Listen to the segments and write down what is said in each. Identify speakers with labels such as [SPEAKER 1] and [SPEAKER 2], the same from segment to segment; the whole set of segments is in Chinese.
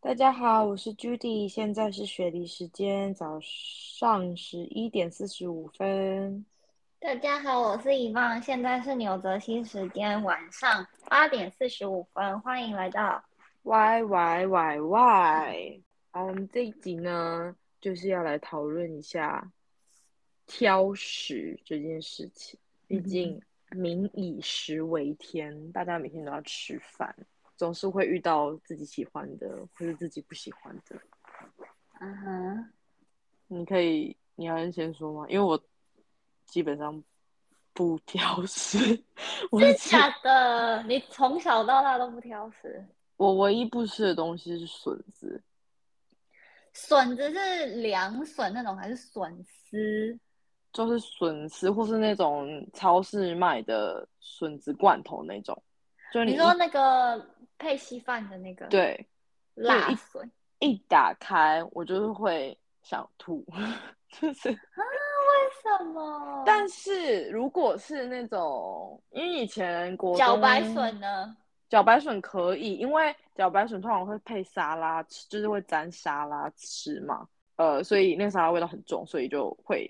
[SPEAKER 1] 大家好，我是 Judy，现在是雪梨时间早上十一点四十五分。
[SPEAKER 2] 大家好，我是遗忘，现在是纽泽西时间晚上八点四十五分，欢迎来到。
[SPEAKER 1] Y Y Y Y，好， 我们这一集呢，就是要来讨论一下挑食这件事情。毕竟民以食为天，大家每天都要吃饭，总是会遇到自己喜欢的或是自己不喜欢的。
[SPEAKER 2] 嗯哼，
[SPEAKER 1] 你可以，你还是先说吗？因为我基本上不挑食，我
[SPEAKER 2] 真
[SPEAKER 1] 只
[SPEAKER 2] 假的？你从小到大都不挑食？
[SPEAKER 1] 我唯一不吃的东西是笋子，
[SPEAKER 2] 笋子是凉笋那种还是笋丝？
[SPEAKER 1] 就是笋丝，或是那种超市卖的笋子罐头那种，就
[SPEAKER 2] 你
[SPEAKER 1] 一
[SPEAKER 2] 说那个配稀饭的那个？，
[SPEAKER 1] 对
[SPEAKER 2] 辣笋。
[SPEAKER 1] 一打开，我就是会想吐，就是。
[SPEAKER 2] 哦为什么？
[SPEAKER 1] 但是如果是那种，因为以前国
[SPEAKER 2] 茭
[SPEAKER 1] 中
[SPEAKER 2] 白笋呢？
[SPEAKER 1] 茭白笋可以，因为茭白笋通常会配沙拉吃，就是会沾沙拉吃嘛。呃，所以那个沙拉味道很重，所以就会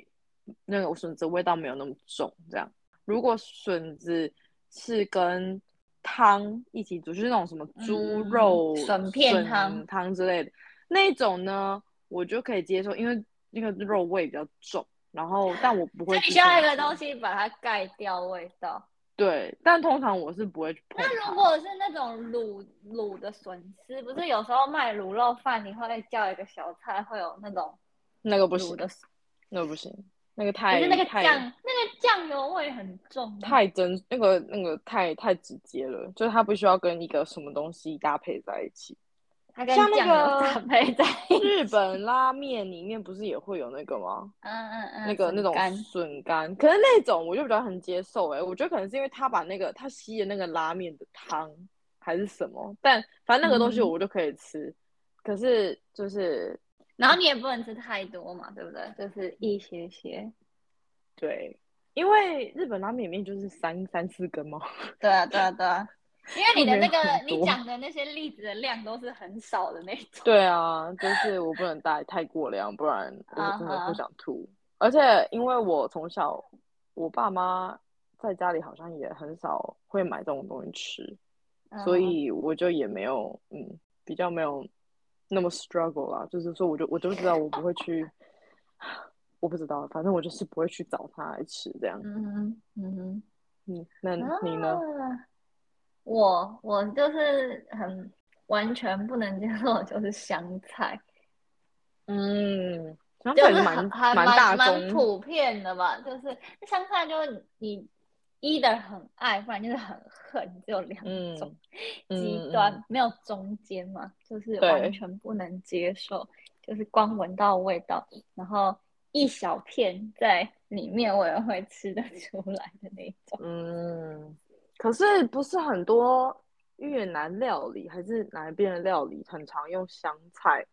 [SPEAKER 1] 那个笋子味道没有那么重。这样，如果笋子是跟汤一起煮，就是那种什么猪
[SPEAKER 2] 嗯
[SPEAKER 1] 肉、
[SPEAKER 2] 笋片汤
[SPEAKER 1] 汤之类的那种呢，我就可以接受，因为那个肉味比较重。然后，但我不
[SPEAKER 2] 所
[SPEAKER 1] 会。
[SPEAKER 2] 以你需要一个东。西把它盖掉味道。
[SPEAKER 1] 对，但通常我是不会去碰它。
[SPEAKER 2] 那如果是那种卤卤的笋丝，不是有时候卖卤肉饭，你会叫一个小菜，会有那种
[SPEAKER 1] 那个不
[SPEAKER 2] 卤
[SPEAKER 1] 行，
[SPEAKER 2] 的笋，
[SPEAKER 1] 那个不行，那个
[SPEAKER 2] 可
[SPEAKER 1] 太
[SPEAKER 2] 是那个
[SPEAKER 1] 太
[SPEAKER 2] 酱那个酱油味很重。
[SPEAKER 1] 太真，那个那个太太直接了，就是它不需要跟一个什么东西搭配在一起。
[SPEAKER 2] 它跟
[SPEAKER 1] 像那
[SPEAKER 2] 酱油
[SPEAKER 1] 个
[SPEAKER 2] 搭配在 一起，
[SPEAKER 1] 日本拉面里面不是也会有那个吗？
[SPEAKER 2] 嗯嗯嗯，
[SPEAKER 1] 那个
[SPEAKER 2] 笋
[SPEAKER 1] 那种
[SPEAKER 2] 干
[SPEAKER 1] 笋干，可是那种我就比较很接受诶、我觉得可能是因为他把那个他吸的那个拉面的汤还是什么，但反正那个东西
[SPEAKER 2] 嗯
[SPEAKER 1] 我就可以吃，可是就是
[SPEAKER 2] 然后你也不能吃太多嘛，对不对？就是一些些。
[SPEAKER 1] 对，因为日本拉面里面就是三三四根嘛，
[SPEAKER 2] 对啊，对啊，对啊，因为你的那
[SPEAKER 1] 不能
[SPEAKER 2] 个
[SPEAKER 1] 很多
[SPEAKER 2] 你讲的那些例子的量都是很少的那种。
[SPEAKER 1] 对啊，就是我不能带太过量，不然我真的
[SPEAKER 2] 啊
[SPEAKER 1] 不
[SPEAKER 2] 哈
[SPEAKER 1] 想吐。而且因为我从小，我爸妈在家里好像也很少会买这种东西吃，
[SPEAKER 2] 嗯
[SPEAKER 1] 所以我就也没有嗯，比较没有那么 struggle 啦。就是说，我就我就知道我不会去，我不知道，反正我就是不会去找它来吃这样。
[SPEAKER 2] 嗯哼嗯哼。
[SPEAKER 1] 嗯，那你呢？
[SPEAKER 2] 啊，我我就是很完全不能接受，的就是香菜，
[SPEAKER 1] 嗯，香
[SPEAKER 2] 就
[SPEAKER 1] 菜
[SPEAKER 2] 是
[SPEAKER 1] 蛮
[SPEAKER 2] 很还
[SPEAKER 1] 蛮大
[SPEAKER 2] 蛮蛮
[SPEAKER 1] 众，
[SPEAKER 2] 普遍的吧。就是香菜，就是你一的很爱，不然就是很恨，只有两
[SPEAKER 1] 嗯
[SPEAKER 2] 种
[SPEAKER 1] 嗯
[SPEAKER 2] 极
[SPEAKER 1] 嗯
[SPEAKER 2] 端，没有中间嘛，就是
[SPEAKER 1] 对
[SPEAKER 2] 完全不能接受，就是光闻到味道，然后一小片在里面，我也会吃得出来的那种。
[SPEAKER 1] 嗯，可是不是很多越南料理还是哪一边的料理很常用香菜？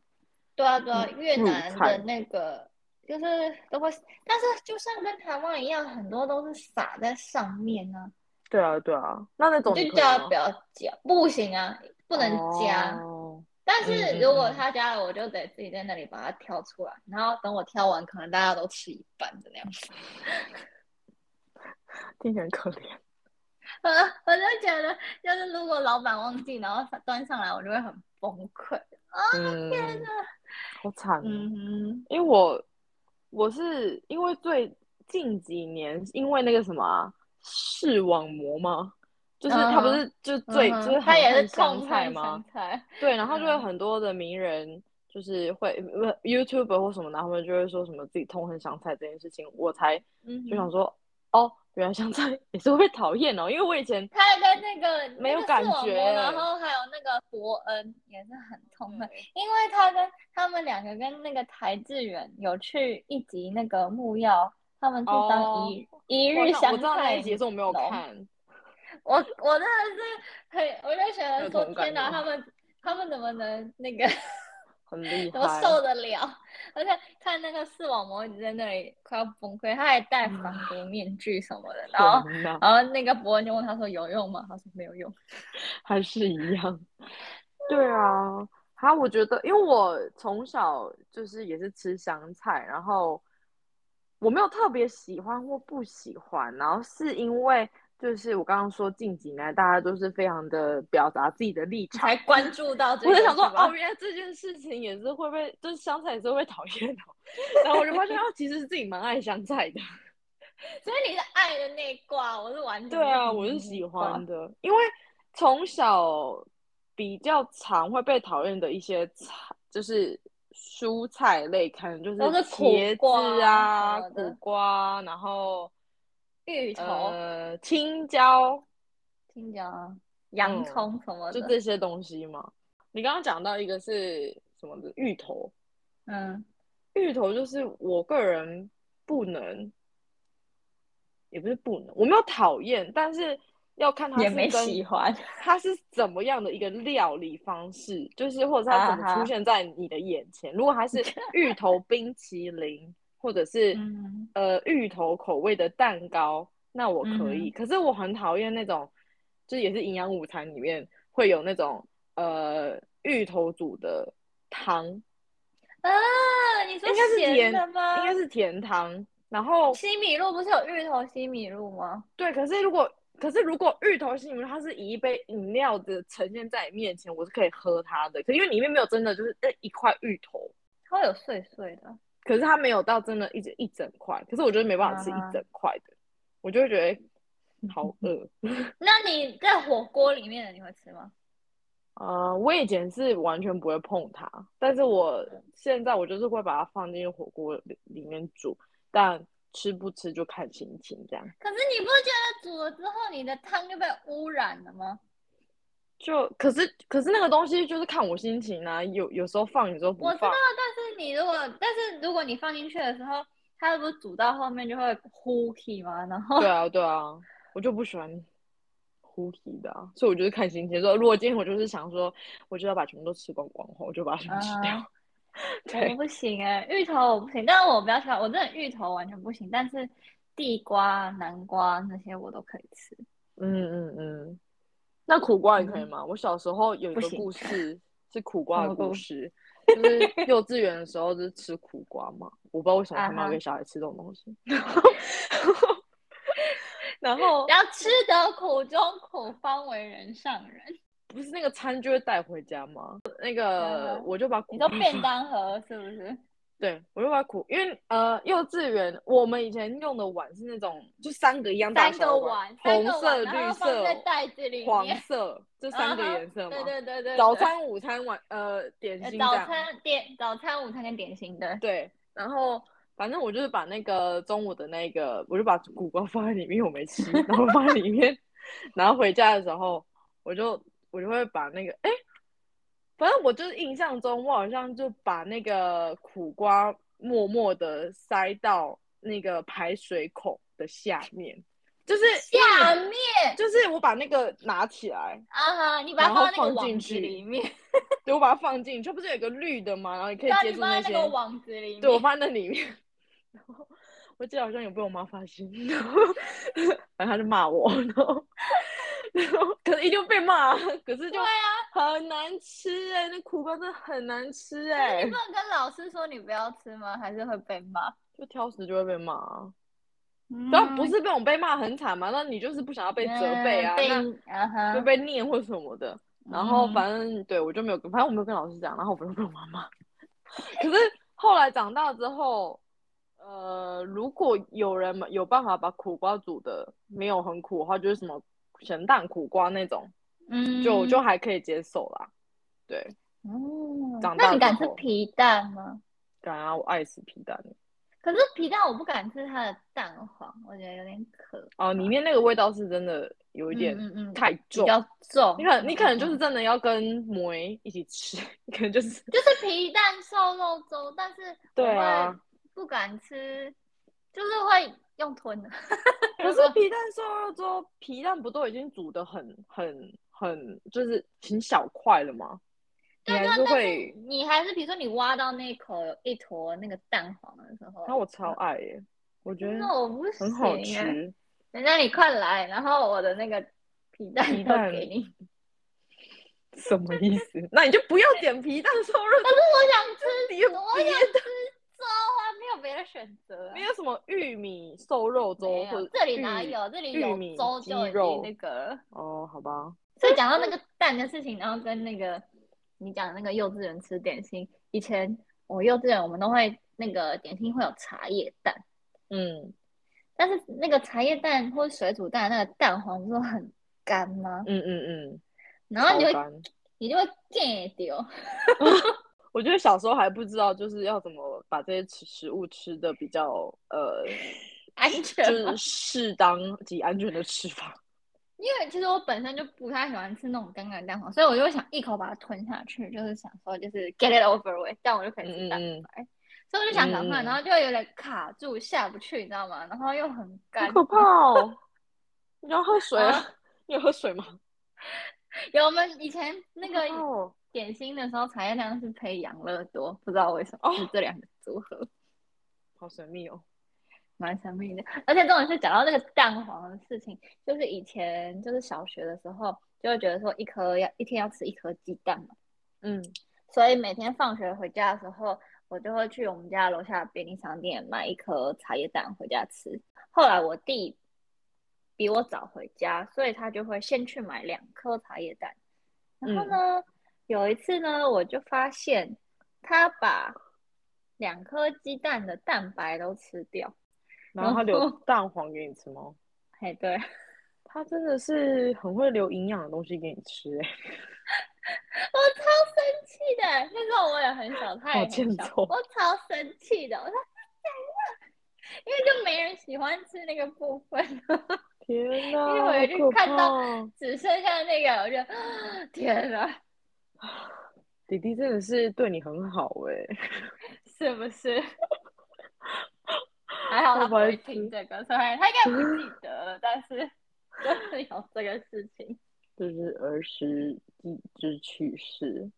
[SPEAKER 2] 对啊，对啊，越
[SPEAKER 1] 嗯入
[SPEAKER 2] 南
[SPEAKER 1] 菜
[SPEAKER 2] 的那个就是都会，但是就像跟台湾一样，很多都是撒在上面呢、
[SPEAKER 1] 对啊，对啊，那那
[SPEAKER 2] 你
[SPEAKER 1] 种你
[SPEAKER 2] 就
[SPEAKER 1] 可以吗
[SPEAKER 2] 叫他不要加，不行啊，不能加。
[SPEAKER 1] 哦，
[SPEAKER 2] 但
[SPEAKER 1] 嗯
[SPEAKER 2] 是
[SPEAKER 1] 嗯
[SPEAKER 2] 如果
[SPEAKER 1] 嗯
[SPEAKER 2] 他加了，我就得自己在那里把它挑出来，然后等我挑完，可能大家都吃一半的那样 子。
[SPEAKER 1] 听起来很可怜。
[SPEAKER 2] 我我就觉得，就是如果老板忘记，然后他端上来，我就会很崩溃。
[SPEAKER 1] 嗯，好惨哦。
[SPEAKER 2] 嗯哼，
[SPEAKER 1] 因为我我是因为最近几年因为那个什么啊视网膜嘛，就是他不
[SPEAKER 2] 嗯哼
[SPEAKER 1] 是就最
[SPEAKER 2] 嗯哼
[SPEAKER 1] 就是
[SPEAKER 2] 他
[SPEAKER 1] 很
[SPEAKER 2] 也
[SPEAKER 1] 恨
[SPEAKER 2] 是
[SPEAKER 1] 香
[SPEAKER 2] 痛
[SPEAKER 1] 菜
[SPEAKER 2] 恨
[SPEAKER 1] 吗？
[SPEAKER 2] 香菜。
[SPEAKER 1] 对，然后就会
[SPEAKER 2] 嗯
[SPEAKER 1] 很多的名人，就是会不 YouTuber 或什么，然后他们就会说什么自己痛恨香菜这件事情，我才
[SPEAKER 2] 嗯
[SPEAKER 1] 就想
[SPEAKER 2] 哼。
[SPEAKER 1] 说，哦，原来香菜也是会被讨厌哦，因为我以前
[SPEAKER 2] 他还跟那个
[SPEAKER 1] 没有
[SPEAKER 2] 那个
[SPEAKER 1] 感
[SPEAKER 2] 视网膜
[SPEAKER 1] 觉欸嗯
[SPEAKER 2] 然后还有那个伯恩也是很痛恨，因为他跟他们两个跟那个台志远有去一集那个木曜，他们去
[SPEAKER 1] 哦
[SPEAKER 2] 当一、一
[SPEAKER 1] 我
[SPEAKER 2] 日
[SPEAKER 1] 知道我
[SPEAKER 2] 香
[SPEAKER 1] 知道那
[SPEAKER 2] 菜
[SPEAKER 1] 一集，可是我没有
[SPEAKER 2] 农
[SPEAKER 1] 看，
[SPEAKER 2] 我我真的是很，我就觉
[SPEAKER 1] 有
[SPEAKER 2] 得说
[SPEAKER 1] 同感
[SPEAKER 2] 天哪，
[SPEAKER 1] 吗
[SPEAKER 2] 他们他们怎么能那个
[SPEAKER 1] 很厉
[SPEAKER 2] 怎么
[SPEAKER 1] 害，
[SPEAKER 2] 受得了？而且看那个视网膜一直在那里快要崩溃，他还戴防毒面具什么
[SPEAKER 1] 嗯
[SPEAKER 2] 的，然后
[SPEAKER 1] 天哪，
[SPEAKER 2] 然后那个伯恩就问他说有用吗？他说没有用。
[SPEAKER 1] 还是一样，对啊，哈，我觉得，因为我从小就是也是吃香菜，然后我没有特别喜欢或不喜欢，然后是因为就是我刚刚说近几年来大家都是非常的表达自己的立 场，
[SPEAKER 2] 才关注到这个。
[SPEAKER 1] 我就想说，
[SPEAKER 2] 是吧
[SPEAKER 1] 哦，，原来这件事情也是会被，就是香菜也是会被讨厌的哦。 然后我就发现，哦，其实自己蛮爱香菜的。
[SPEAKER 2] 所以你是爱的那一挂，我是完全
[SPEAKER 1] 对啊，我
[SPEAKER 2] 嗯
[SPEAKER 1] 是喜欢的，因为从小比较常会被讨厌的一些菜，就是蔬菜类，可能就是
[SPEAKER 2] 都是苦
[SPEAKER 1] 茄子啊、
[SPEAKER 2] 瓜什么的
[SPEAKER 1] 苦瓜，然后
[SPEAKER 2] 芋头、
[SPEAKER 1] 呃青椒，
[SPEAKER 2] 青椒啊、洋葱什么
[SPEAKER 1] 嗯
[SPEAKER 2] 的
[SPEAKER 1] 就。这些东西嘛。你刚刚讲到一个是什么的芋头，
[SPEAKER 2] 嗯，
[SPEAKER 1] 芋头就是我个人不能，也不是不能，我没有讨厌，但是要看它
[SPEAKER 2] 也
[SPEAKER 1] 是
[SPEAKER 2] 没
[SPEAKER 1] 跟
[SPEAKER 2] 喜欢。
[SPEAKER 1] 它是怎么样的一个料理方式，就是或者是它怎么
[SPEAKER 2] 啊哈
[SPEAKER 1] 出现在你的眼前。如果它 是芋头冰淇淋，或者是、
[SPEAKER 2] 嗯，
[SPEAKER 1] 呃芋头口味的蛋糕，那我可以。
[SPEAKER 2] 嗯
[SPEAKER 1] 可是我很讨厌那种，就是也是营养午餐里面会有那种呃芋头煮的汤，应
[SPEAKER 2] 啊，你说
[SPEAKER 1] 应该是
[SPEAKER 2] 咸
[SPEAKER 1] 甜
[SPEAKER 2] 的吗？
[SPEAKER 1] 该是甜汤。然后
[SPEAKER 2] 西米露不是有芋头西米露吗？
[SPEAKER 1] 对，可是如果可是如果芋头西米露它是以一杯饮料的呈现在你面前，我是可以喝它的。可因为里面没有真的就是那一块芋头，
[SPEAKER 2] 它会有碎碎的。
[SPEAKER 1] 可是它没有到真的一整一整块。可是我觉得没办法吃一整块的，我就会觉得好饿。
[SPEAKER 2] 那你在火锅里面的你会吃吗？
[SPEAKER 1] 呃，我以前是完全不会碰它，但是我现在我就是会把它放进火锅里里面煮，但吃不吃就看心情这样。
[SPEAKER 2] 可是你不觉得煮了之后你的汤就被污染了吗？
[SPEAKER 1] 就可是可是那个东西就是看我心情啊，有有时候放，有时候不
[SPEAKER 2] 我知道，
[SPEAKER 1] 放。
[SPEAKER 2] 但是你如果，但是如果你放进去的时候，它不是煮到后面就会糊起嘛，然 后
[SPEAKER 1] 对 啊，对啊，我就不喜欢呼吸的、啊，所以我就是看心情。说如果今天我就是想说，我就要把全部都吃光光的话，我就把它全部吃掉。
[SPEAKER 2] 啊我
[SPEAKER 1] 对，
[SPEAKER 2] 不行哎、芋头我不行，但是我比较喜欢，我真的芋头完全不行，但是地瓜、南瓜那些我都可以吃。
[SPEAKER 1] 嗯嗯嗯。那苦瓜你可以吗？我小时候有一
[SPEAKER 2] 嗯不
[SPEAKER 1] 个
[SPEAKER 2] 行
[SPEAKER 1] 故事是苦瓜
[SPEAKER 2] 什
[SPEAKER 1] 的
[SPEAKER 2] 么
[SPEAKER 1] 故
[SPEAKER 2] 故
[SPEAKER 1] 事，就是幼稚园的时候就是吃苦瓜嘛，我不知道为什么他们
[SPEAKER 2] 啊
[SPEAKER 1] 要
[SPEAKER 2] 哈
[SPEAKER 1] 给小孩吃这种东 西。然后
[SPEAKER 2] 要吃得苦中苦，方为人上人。
[SPEAKER 1] 不是那个餐就会带回家吗？那
[SPEAKER 2] 啊
[SPEAKER 1] 个
[SPEAKER 2] 哈
[SPEAKER 1] 我就把苦
[SPEAKER 2] 你说
[SPEAKER 1] 瓜
[SPEAKER 2] 便当盒是不 是？
[SPEAKER 1] 对，我就把它苦，因为呃，幼稚园我们以前用的碗是那种就三个一样大
[SPEAKER 2] 三
[SPEAKER 1] 小的
[SPEAKER 2] 个碗，
[SPEAKER 1] 红
[SPEAKER 2] 三个碗
[SPEAKER 1] 色、
[SPEAKER 2] 然
[SPEAKER 1] 绿
[SPEAKER 2] 后放在
[SPEAKER 1] 色、
[SPEAKER 2] 袋子里
[SPEAKER 1] 黄
[SPEAKER 2] 面，
[SPEAKER 1] 色，这三个
[SPEAKER 2] 啊哈
[SPEAKER 1] 颜色嘛
[SPEAKER 2] 对。对对对，
[SPEAKER 1] 早
[SPEAKER 2] 对
[SPEAKER 1] 餐、午餐、晚呃点
[SPEAKER 2] 呃
[SPEAKER 1] 心
[SPEAKER 2] 早
[SPEAKER 1] 这样。
[SPEAKER 2] 餐点早餐、午餐跟点心的。
[SPEAKER 1] 对，然后反正我就是把那个中午的那个，我就把苦瓜放在里面，我没吃，然后放在里 面，然后回家的时候，我就我就会把那个，哎，反正我就是印象中，我好像就把那个苦瓜默默的塞到那个排水孔的下面，就是因为
[SPEAKER 2] 下
[SPEAKER 1] 你
[SPEAKER 2] 面
[SPEAKER 1] 就是我把那个拿起来，
[SPEAKER 2] 啊哈，你把它
[SPEAKER 1] 然后
[SPEAKER 2] 到那个
[SPEAKER 1] 放进
[SPEAKER 2] 网子
[SPEAKER 1] 去
[SPEAKER 2] 里面，
[SPEAKER 1] 对，我把它放进去，不是有一个绿的嘛，然后你可以
[SPEAKER 2] 对啊，
[SPEAKER 1] 接
[SPEAKER 2] 你
[SPEAKER 1] 住
[SPEAKER 2] 放在
[SPEAKER 1] 些
[SPEAKER 2] 那个网子里面。
[SPEAKER 1] 对，我放在那里面。然后我记得好像有被我妈发现，然后然后她就骂我，然后然后可是一定被骂啊，可是就
[SPEAKER 2] 对啊，
[SPEAKER 1] 很难吃哎、那苦瓜真的很难吃哎、
[SPEAKER 2] 你不能跟老师说你不要吃吗？还是会被骂？
[SPEAKER 1] 就挑食就会被骂、啊。
[SPEAKER 2] 嗯
[SPEAKER 1] 只要不是被我被骂很惨嘛，那你就是不想要被责备啊，
[SPEAKER 2] 被
[SPEAKER 1] 那
[SPEAKER 2] 啊哈
[SPEAKER 1] 就，被念或什么的。然后
[SPEAKER 2] 嗯
[SPEAKER 1] 反正对我就没有跟，反正我没有跟老师讲，然后我就跟我妈妈。 可是后来长大之后，呃，如果有人有办法把苦瓜煮的没有很苦的话，就是什么咸蛋苦瓜那种，
[SPEAKER 2] 嗯
[SPEAKER 1] 就就还可以接受啦。对，
[SPEAKER 2] 嗯
[SPEAKER 1] 长大
[SPEAKER 2] 那你
[SPEAKER 1] 之
[SPEAKER 2] 敢吃
[SPEAKER 1] 后
[SPEAKER 2] 皮蛋吗？
[SPEAKER 1] 感觉我爱吃皮蛋
[SPEAKER 2] 可是皮蛋我不敢吃它的蛋黄，我觉得有点可
[SPEAKER 1] 哦，里面那个味道是真的有一点
[SPEAKER 2] 啊嗯嗯嗯
[SPEAKER 1] 太
[SPEAKER 2] 比
[SPEAKER 1] 重，
[SPEAKER 2] 较重。
[SPEAKER 1] 你可能你可能
[SPEAKER 2] 嗯
[SPEAKER 1] 就是
[SPEAKER 2] 嗯
[SPEAKER 1] 真的要跟馍一起吃， 你可能就是
[SPEAKER 2] 就是皮蛋瘦肉粥，但是我
[SPEAKER 1] 对啊
[SPEAKER 2] 会不敢吃，就是会用吞的。
[SPEAKER 1] 可是皮蛋瘦肉粥，皮蛋不都已经煮的很很很，就是很小块了吗？你
[SPEAKER 2] 对啊
[SPEAKER 1] 还
[SPEAKER 2] 对，
[SPEAKER 1] 是
[SPEAKER 2] 但
[SPEAKER 1] 会
[SPEAKER 2] 是，你还是比如说你挖到那一口有一坨那个蛋黄的时候，
[SPEAKER 1] 那啊我超爱耶，我觉得
[SPEAKER 2] 那我不行、欸
[SPEAKER 1] 很好。吃。
[SPEAKER 2] 人家你快来，然后我的那个皮蛋
[SPEAKER 1] 皮
[SPEAKER 2] 都
[SPEAKER 1] 蛋
[SPEAKER 2] 给你。
[SPEAKER 1] 什么意思？那你就不要捡皮蛋瘦肉
[SPEAKER 2] 可是我想吃，
[SPEAKER 1] 粥，
[SPEAKER 2] 我
[SPEAKER 1] 别别
[SPEAKER 2] 想
[SPEAKER 1] 的
[SPEAKER 2] 吃粥啊，没有别的选择啊、
[SPEAKER 1] 没有什么玉米瘦肉
[SPEAKER 2] 没
[SPEAKER 1] 粥
[SPEAKER 2] 有
[SPEAKER 1] 或者
[SPEAKER 2] 这里哪
[SPEAKER 1] 玉
[SPEAKER 2] 有？这里
[SPEAKER 1] 玉
[SPEAKER 2] 有
[SPEAKER 1] 米
[SPEAKER 2] 粥
[SPEAKER 1] 鸡
[SPEAKER 2] 就已
[SPEAKER 1] 肉
[SPEAKER 2] 经那个了。
[SPEAKER 1] 哦，好吧，
[SPEAKER 2] 所以讲 到那个蛋的事情，然后跟那个你讲的那个幼稚园吃点心，以前我幼稚园我们都会那个点心会有茶叶蛋，
[SPEAKER 1] 嗯
[SPEAKER 2] 但是那个茶叶蛋或水煮蛋那个蛋黄不是很干吗？
[SPEAKER 1] 嗯嗯嗯，
[SPEAKER 2] 然后你就
[SPEAKER 1] 超
[SPEAKER 2] 会
[SPEAKER 1] 干
[SPEAKER 2] 你就会 get 丢，
[SPEAKER 1] 我觉得小时候还不知道，就是要怎么把这些吃食物吃的比较 呃，
[SPEAKER 2] 安
[SPEAKER 1] 就
[SPEAKER 2] 全吗
[SPEAKER 1] 是适当及安全的吃法。
[SPEAKER 2] 因为其实我本身就不太喜欢吃那种干干的蛋黄，所以我就会想一口把它吞下去，就是想说就是 get it over with，这样我就可以吃
[SPEAKER 1] 嗯嗯
[SPEAKER 2] 蛋
[SPEAKER 1] 嗯，
[SPEAKER 2] 白。所以我就想赶快，
[SPEAKER 1] 嗯嗯
[SPEAKER 2] 然后就有点卡住下不去，你知道吗？然后又很
[SPEAKER 1] 好
[SPEAKER 2] 干，
[SPEAKER 1] 可怕哦！ 你要喝水啊
[SPEAKER 2] 啊？
[SPEAKER 1] 你有喝水吗？
[SPEAKER 2] 有我们以前那个
[SPEAKER 1] 好可怕哦
[SPEAKER 2] 点心的时候，茶叶蛋是配养乐多，不知道为什么、
[SPEAKER 1] 哦
[SPEAKER 2] 是这两个组合，
[SPEAKER 1] 好神秘哦。
[SPEAKER 2] 蛮神秘的。而且重点是讲到那个蛋黄的事情，就是以前就是小学的时候，就会觉得说一颗要一天要吃一颗鸡蛋嘛，
[SPEAKER 1] 嗯
[SPEAKER 2] 所以每天放学回家的时候，我就会去我们家楼下的便利商店买一颗茶叶蛋回家吃。后来我弟比我早回家，所以他就会先去买两颗茶叶蛋。然后呢，有一次呢，我就发现他把两颗鸡蛋的蛋白都吃掉。
[SPEAKER 1] 然后他
[SPEAKER 2] 然
[SPEAKER 1] 留
[SPEAKER 2] 后
[SPEAKER 1] 蛋黄给你吃吗？
[SPEAKER 2] 嘿，对，
[SPEAKER 1] 他真的是很会留营养的东西给你吃、欸，
[SPEAKER 2] 我超生气的，那时候我也很小，他也
[SPEAKER 1] 好
[SPEAKER 2] 很
[SPEAKER 1] 欠
[SPEAKER 2] 小，
[SPEAKER 1] 揍
[SPEAKER 2] 我超生气的，我说怎样？因为就没人喜欢吃那个部分，
[SPEAKER 1] 天
[SPEAKER 2] 因
[SPEAKER 1] 哪！
[SPEAKER 2] 为我
[SPEAKER 1] 好
[SPEAKER 2] 已经
[SPEAKER 1] 可
[SPEAKER 2] 看到
[SPEAKER 1] 怕哦
[SPEAKER 2] 只剩下那个，我就啊天哪，
[SPEAKER 1] 弟弟真的是对你很好哎、
[SPEAKER 2] 是不是？还好他
[SPEAKER 1] 好
[SPEAKER 2] 不
[SPEAKER 1] 白
[SPEAKER 2] 会
[SPEAKER 1] 痴
[SPEAKER 2] 听这个，所以他应该不记得了，但是就是有这个事情。
[SPEAKER 1] 就是儿时记之趣事。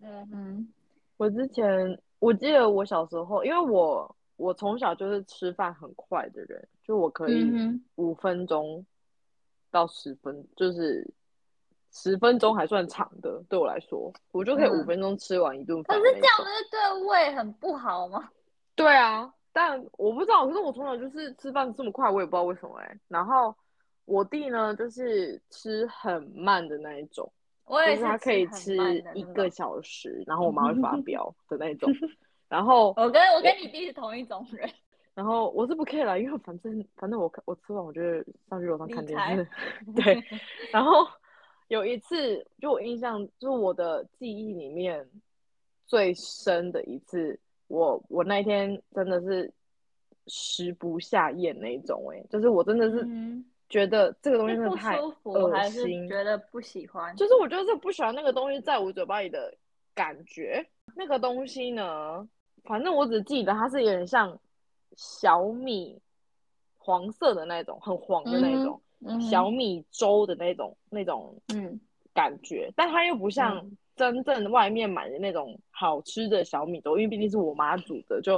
[SPEAKER 2] 嗯哼，
[SPEAKER 1] 我之前我记得我小时候，因为我我从小就是吃饭很快的人，就我可以
[SPEAKER 2] 嗯哼，
[SPEAKER 1] 五分钟到十分，就是十分钟还算长的，对我来说，我就可以
[SPEAKER 2] 嗯
[SPEAKER 1] 五分钟吃完一顿
[SPEAKER 2] 可
[SPEAKER 1] 饭。
[SPEAKER 2] 是这样不是对胃很不好吗？
[SPEAKER 1] 对啊，但我不知道，可是我从小就是吃饭这么快，我也不知道为什么哎、然后我弟呢，就是吃很慢的那一种，
[SPEAKER 2] 我
[SPEAKER 1] 就
[SPEAKER 2] 也
[SPEAKER 1] 是他可以吃一个
[SPEAKER 2] 个。
[SPEAKER 1] 小时，然后我妈会 发飙的那一种。然后，
[SPEAKER 2] 我跟我跟你弟是同一种人。
[SPEAKER 1] 然后我是不 care 啦，因为反正反正我看我吃完我就上去楼上看
[SPEAKER 2] 理
[SPEAKER 1] 电
[SPEAKER 2] 财
[SPEAKER 1] 视。对，然后有一次，就我印象，就是我的记忆里面最深的一次，我我那一天真的是食不下咽那一种、欸，就是我真的是
[SPEAKER 2] 嗯
[SPEAKER 1] 觉得这个东西
[SPEAKER 2] 是
[SPEAKER 1] 真的
[SPEAKER 2] 不
[SPEAKER 1] 太，
[SPEAKER 2] 舒服
[SPEAKER 1] 恶
[SPEAKER 2] 还是
[SPEAKER 1] 心
[SPEAKER 2] 觉得不喜欢？
[SPEAKER 1] 就是我就是不喜欢那个东西在我嘴巴里的感觉。那个东西呢，反正我只记得它是有点像小米黄色的那种，很黄的那种。
[SPEAKER 2] 嗯哼
[SPEAKER 1] 小米粥的那种那种
[SPEAKER 2] 嗯
[SPEAKER 1] 感觉，但它又不像真正外面买的那种好吃的小米粥，因为毕竟是我妈煮的，就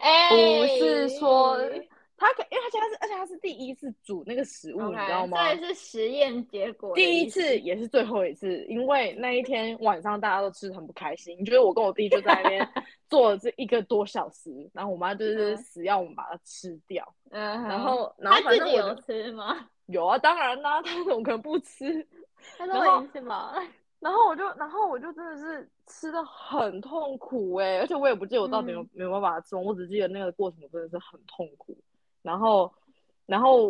[SPEAKER 2] 哎，
[SPEAKER 1] 不是说它可，因为而且它是而且它是第一次煮那个食物
[SPEAKER 2] OK，
[SPEAKER 1] 你知道吗？
[SPEAKER 2] 这是实验结果的
[SPEAKER 1] 第一
[SPEAKER 2] 意思。
[SPEAKER 1] 次也是最后一次，因为那一天晚上大家都吃得很不开心，就是我跟我弟就在那 边坐了这一个多小时，然后我妈就是
[SPEAKER 2] 嗯
[SPEAKER 1] 死要我们把它吃掉，
[SPEAKER 2] 嗯哼，
[SPEAKER 1] 然后然
[SPEAKER 2] 他
[SPEAKER 1] 后反
[SPEAKER 2] 自
[SPEAKER 1] 正
[SPEAKER 2] 己
[SPEAKER 1] 我
[SPEAKER 2] 有
[SPEAKER 1] 就
[SPEAKER 2] 吃吗？
[SPEAKER 1] 有啊，当然啦、 他怎么可能不吃？
[SPEAKER 2] 他说
[SPEAKER 1] 然
[SPEAKER 2] 我
[SPEAKER 1] 后
[SPEAKER 2] 已经吃饱了。
[SPEAKER 1] 然后我就，然后我就真的是吃的很痛苦哎、而且我也不记得我到底有、
[SPEAKER 2] 嗯
[SPEAKER 1] 没有办法把它吃完，我只记得那个过程我真的是很痛苦。然后，然后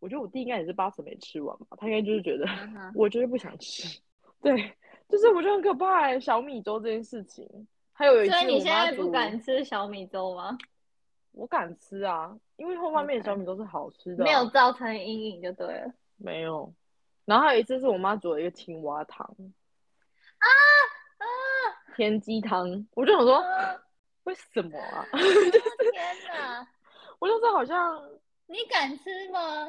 [SPEAKER 1] 我觉得我弟应该也是八成没吃完吧，他应该就是觉得、
[SPEAKER 2] 嗯哼
[SPEAKER 1] 我就是不想吃，对，就是我觉得很可怕、欸、小米粥这件事情。还有一次
[SPEAKER 2] 所以
[SPEAKER 1] 我
[SPEAKER 2] 你现
[SPEAKER 1] 妈
[SPEAKER 2] 在不
[SPEAKER 1] 煮
[SPEAKER 2] 敢吃小米粥吗？
[SPEAKER 1] 我敢吃啊，因为后外面的小米粥是好吃的啊、
[SPEAKER 2] 没有造成阴影就对了。
[SPEAKER 1] 没有。然后还有一次是我妈煮了一个青蛙汤
[SPEAKER 2] 啊
[SPEAKER 1] 啊，天鸡汤，我就想说。
[SPEAKER 2] 啊！
[SPEAKER 1] 为什么啊？
[SPEAKER 2] 天哪，
[SPEAKER 1] 我就是好像，
[SPEAKER 2] 你敢吃吗？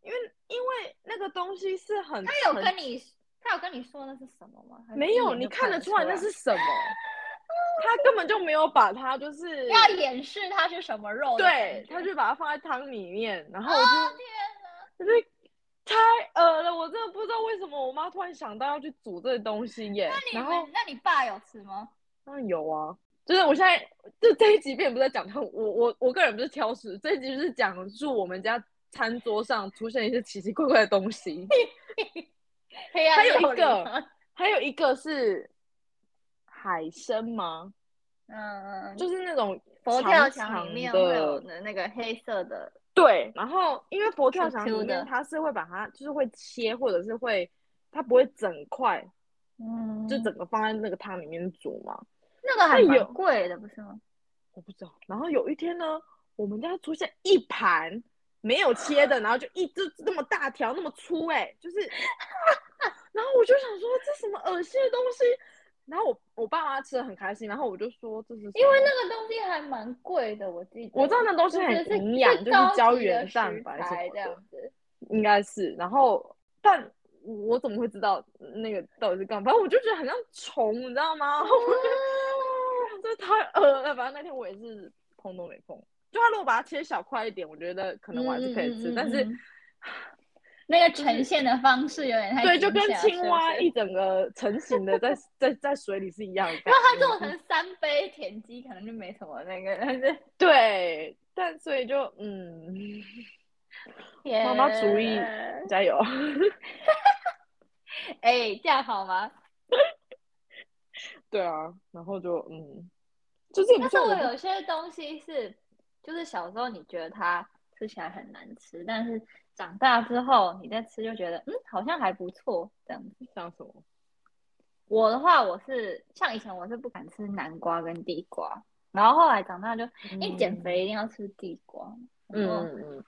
[SPEAKER 1] 因为因为那个东西是很，
[SPEAKER 2] 他有
[SPEAKER 1] 很
[SPEAKER 2] 跟你，他有跟你说那是什么吗？还是
[SPEAKER 1] 没
[SPEAKER 2] 一
[SPEAKER 1] 有，
[SPEAKER 2] 眼
[SPEAKER 1] 你
[SPEAKER 2] 就
[SPEAKER 1] 看
[SPEAKER 2] 得
[SPEAKER 1] 得出来那是什么？ 他根本就没有把它就是，
[SPEAKER 2] 要掩饰它是什么肉的感觉。啊
[SPEAKER 1] 对，他就把它放在汤里面，然后我就、
[SPEAKER 2] 天哪，
[SPEAKER 1] 我就太恶了，我真的不知道为什么我妈突然想到要去煮这东西耶。
[SPEAKER 2] 那
[SPEAKER 1] 然
[SPEAKER 2] 你
[SPEAKER 1] 后
[SPEAKER 2] 们，那你爸有吃吗？
[SPEAKER 1] 当然有啊，就是我现在就这一集并不是在讲他，我我我个人不是挑食，这一集就是讲述我们家餐桌上出现一些奇奇怪怪的东西。
[SPEAKER 2] 黑暗
[SPEAKER 1] 还有一
[SPEAKER 2] 料理
[SPEAKER 1] 个
[SPEAKER 2] 吗
[SPEAKER 1] 还有一个是海参吗？
[SPEAKER 2] 嗯嗯，嗯
[SPEAKER 1] 就是那种
[SPEAKER 2] 佛跳
[SPEAKER 1] 长
[SPEAKER 2] 墙里
[SPEAKER 1] 长
[SPEAKER 2] 面会有
[SPEAKER 1] 的，
[SPEAKER 2] 的那个黑色的，
[SPEAKER 1] 对。然后因为佛跳墙
[SPEAKER 2] Q
[SPEAKER 1] 里
[SPEAKER 2] Q 的
[SPEAKER 1] 面它是会把它就是会切，或者是会它不会整块
[SPEAKER 2] 嗯，
[SPEAKER 1] 就整个放在那个汤里面煮嘛。
[SPEAKER 2] 那个还
[SPEAKER 1] 那有
[SPEAKER 2] 蛮贵的，不是吗？
[SPEAKER 1] 我不知道。然后有一天呢，我们家出现一盘没有切的，然后就一只那么大条，那么粗、哎， 就是，然后我就想说这什么恶心的东西。然后我我爸妈吃的很开心，然后我就说这是什
[SPEAKER 2] 因为
[SPEAKER 1] 么
[SPEAKER 2] 那个东西还蛮贵的，我记得。
[SPEAKER 1] 我知道那东西
[SPEAKER 2] 就
[SPEAKER 1] 很
[SPEAKER 2] 是
[SPEAKER 1] 营养就是
[SPEAKER 2] 高级
[SPEAKER 1] 胶
[SPEAKER 2] 的
[SPEAKER 1] 原
[SPEAKER 2] 食
[SPEAKER 1] 蛋白什
[SPEAKER 2] 材
[SPEAKER 1] 么
[SPEAKER 2] 这
[SPEAKER 1] 的
[SPEAKER 2] 样子。
[SPEAKER 1] 应该是，然后但我怎么会知道那个到底是干嘛？反正我就觉得很像虫，你知道吗？ 然后我就这太恶了。反正那天我也是碰都没碰。就他如果把它切小块一点，我觉得可能我还是可以吃，
[SPEAKER 2] 嗯嗯嗯
[SPEAKER 1] 但是
[SPEAKER 2] 嗯嗯那个呈现的方式有点太
[SPEAKER 1] 对，就
[SPEAKER 2] 惊
[SPEAKER 1] 跟
[SPEAKER 2] 吓
[SPEAKER 1] 青蛙
[SPEAKER 2] 是不是
[SPEAKER 1] 一整个成型的在在在水里是一样的概念。
[SPEAKER 2] 如果它做
[SPEAKER 1] 嗯
[SPEAKER 2] 成三杯田鸡，可能就没什么那个，但是
[SPEAKER 1] 对，但所以就嗯，妈妈厨艺
[SPEAKER 2] 天
[SPEAKER 1] 加油。
[SPEAKER 2] 哎，这样好吗？
[SPEAKER 1] 对啊，然后就嗯，就是也不
[SPEAKER 2] 但
[SPEAKER 1] 是
[SPEAKER 2] 是我
[SPEAKER 1] 我不
[SPEAKER 2] 有些东西是，就是小时候你觉得它吃起来很难吃，但是长大之后你再吃就觉得，嗯，好像还不错这样子。
[SPEAKER 1] 像什么，
[SPEAKER 2] 我的话，我是像以前我是不敢吃南瓜跟地瓜，然后后来长大就因为减肥一定要吃地瓜，
[SPEAKER 1] 嗯，
[SPEAKER 2] 然后
[SPEAKER 1] 嗯嗯嗯。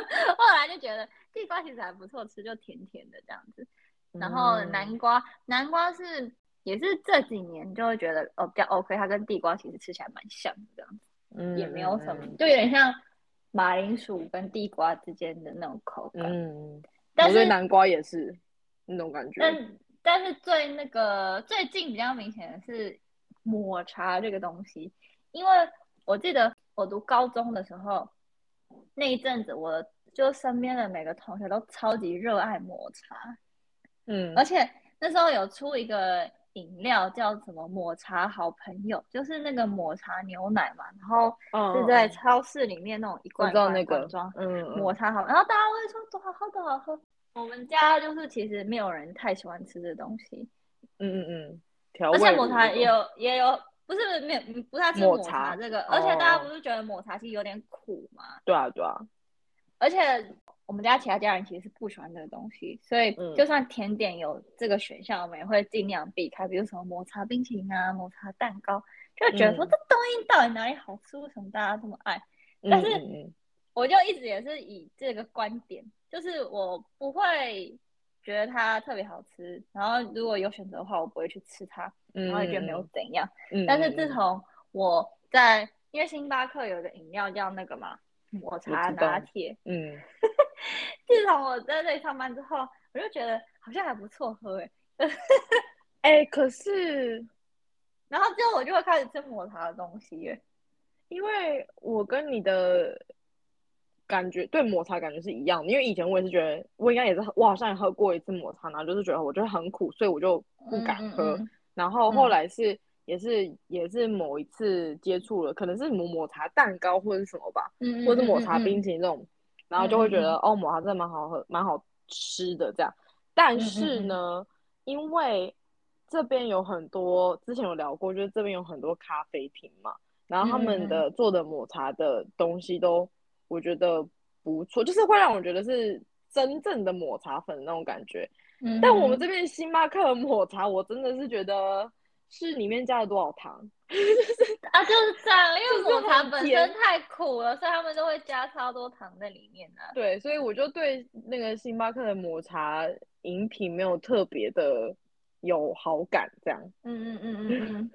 [SPEAKER 2] 后来就觉得地瓜其实还不错吃，就甜甜的这样子。然后
[SPEAKER 1] 嗯
[SPEAKER 2] 南瓜，南瓜是也是这几年就会觉得哦比较 OK，它跟地瓜其实吃起来蛮像的这样子，也没有什
[SPEAKER 1] 嗯
[SPEAKER 2] 么，就有点像马铃薯跟地瓜之间的那种口感。
[SPEAKER 1] 嗯，
[SPEAKER 2] 但
[SPEAKER 1] 我对
[SPEAKER 2] 是
[SPEAKER 1] 南瓜也是那种感觉。
[SPEAKER 2] 但但是最那个最近比较明显的是抹茶这个东西，因为我记得我读高中的时候，那一阵子我就身边的每个同学都超级热爱抹茶，
[SPEAKER 1] 嗯
[SPEAKER 2] 而且那时候有出一个饮料叫什么抹茶好朋友，就是那个抹茶牛奶嘛，然后是
[SPEAKER 1] 嗯
[SPEAKER 2] 在
[SPEAKER 1] 嗯
[SPEAKER 2] 超市里面那种一
[SPEAKER 1] 我知
[SPEAKER 2] 罐一
[SPEAKER 1] 道
[SPEAKER 2] 罐
[SPEAKER 1] 那
[SPEAKER 2] 一罐
[SPEAKER 1] 个
[SPEAKER 2] 装，
[SPEAKER 1] 嗯，
[SPEAKER 2] 抹茶好，然后大家会说多好喝，多好喝。我们家就是其实没有人太喜欢吃这东西，
[SPEAKER 1] 嗯嗯嗯，调
[SPEAKER 2] 而
[SPEAKER 1] 味
[SPEAKER 2] 且
[SPEAKER 1] 乳
[SPEAKER 2] 抹茶
[SPEAKER 1] 那
[SPEAKER 2] 也
[SPEAKER 1] 种
[SPEAKER 2] 有也有，不是不是没有嗯不太吃
[SPEAKER 1] 抹
[SPEAKER 2] 抹
[SPEAKER 1] 茶
[SPEAKER 2] 茶这个，而且大家
[SPEAKER 1] 哦
[SPEAKER 2] 不是觉得抹茶其实有点苦嘛，
[SPEAKER 1] 对啊对啊，
[SPEAKER 2] 而且我们家其他家人其实是不喜欢这个东西，所以
[SPEAKER 1] 嗯
[SPEAKER 2] 就算甜点有这个选项，我们也会尽量避开，比如什么抹茶冰淇淋啊、抹茶蛋糕，就会觉得说
[SPEAKER 1] 嗯
[SPEAKER 2] 这东西到底哪里好吃，为什么大家这么爱？
[SPEAKER 1] 嗯
[SPEAKER 2] 但是
[SPEAKER 1] 嗯嗯
[SPEAKER 2] 我就一直也是以这个观点，就是我不会觉得它特别好吃，然后如果有选择的话，我不会去吃它，
[SPEAKER 1] 嗯，
[SPEAKER 2] 然后也觉得没有怎样。
[SPEAKER 1] 嗯，嗯
[SPEAKER 2] 但是
[SPEAKER 1] 嗯
[SPEAKER 2] 自
[SPEAKER 1] 嗯
[SPEAKER 2] 从我在，因为星巴克有个饮料叫那个嘛抹茶
[SPEAKER 1] 嗯知道
[SPEAKER 2] 拿铁，
[SPEAKER 1] 嗯
[SPEAKER 2] 自从我在这里上班之后，我就觉得好像还不错喝欸诶，
[SPEAKER 1] 哎，可是
[SPEAKER 2] 然后之后我就会开始吃抹茶的东西耶。
[SPEAKER 1] 因为我跟你的感觉对抹茶感觉是一样的，因为以前我也是觉得我应该也是喝我好像也喝过一次抹茶，然后就是觉得我觉得很苦，所以我就不敢
[SPEAKER 2] 嗯嗯
[SPEAKER 1] 喝。
[SPEAKER 2] 嗯
[SPEAKER 1] 然后后
[SPEAKER 2] 嗯
[SPEAKER 1] 来是、也是也是某一次接触了，可能是抹抹茶蛋糕或者是什么吧，
[SPEAKER 2] 嗯
[SPEAKER 1] 或者是抹茶冰
[SPEAKER 2] 淇
[SPEAKER 1] 淇淋这种，然后就会觉得、哦，抹茶真的蛮好喝，蛮好吃的这样。
[SPEAKER 2] 嗯
[SPEAKER 1] 但是呢，因为这边有很多之前有聊过，就是这边有很多咖啡厅嘛，然后他
[SPEAKER 2] 嗯
[SPEAKER 1] 们的、做的抹茶的东西都我觉得不错，就是会让我觉得是真正的抹茶粉那种感觉。
[SPEAKER 2] 淋
[SPEAKER 1] 但我们这边星巴克的抹茶，我真的是觉得是里面加了多少糖，
[SPEAKER 2] 啊，就是这样，因
[SPEAKER 1] 就
[SPEAKER 2] 为
[SPEAKER 1] 是
[SPEAKER 2] 抹茶
[SPEAKER 1] 很
[SPEAKER 2] 本
[SPEAKER 1] 甜
[SPEAKER 2] 身太苦了，所以他们都会加超多糖在里面呢、啊。
[SPEAKER 1] 对，所以我就对那个星巴克的抹茶饮品没有特别的有好感，这样
[SPEAKER 2] 嗯嗯嗯嗯嗯，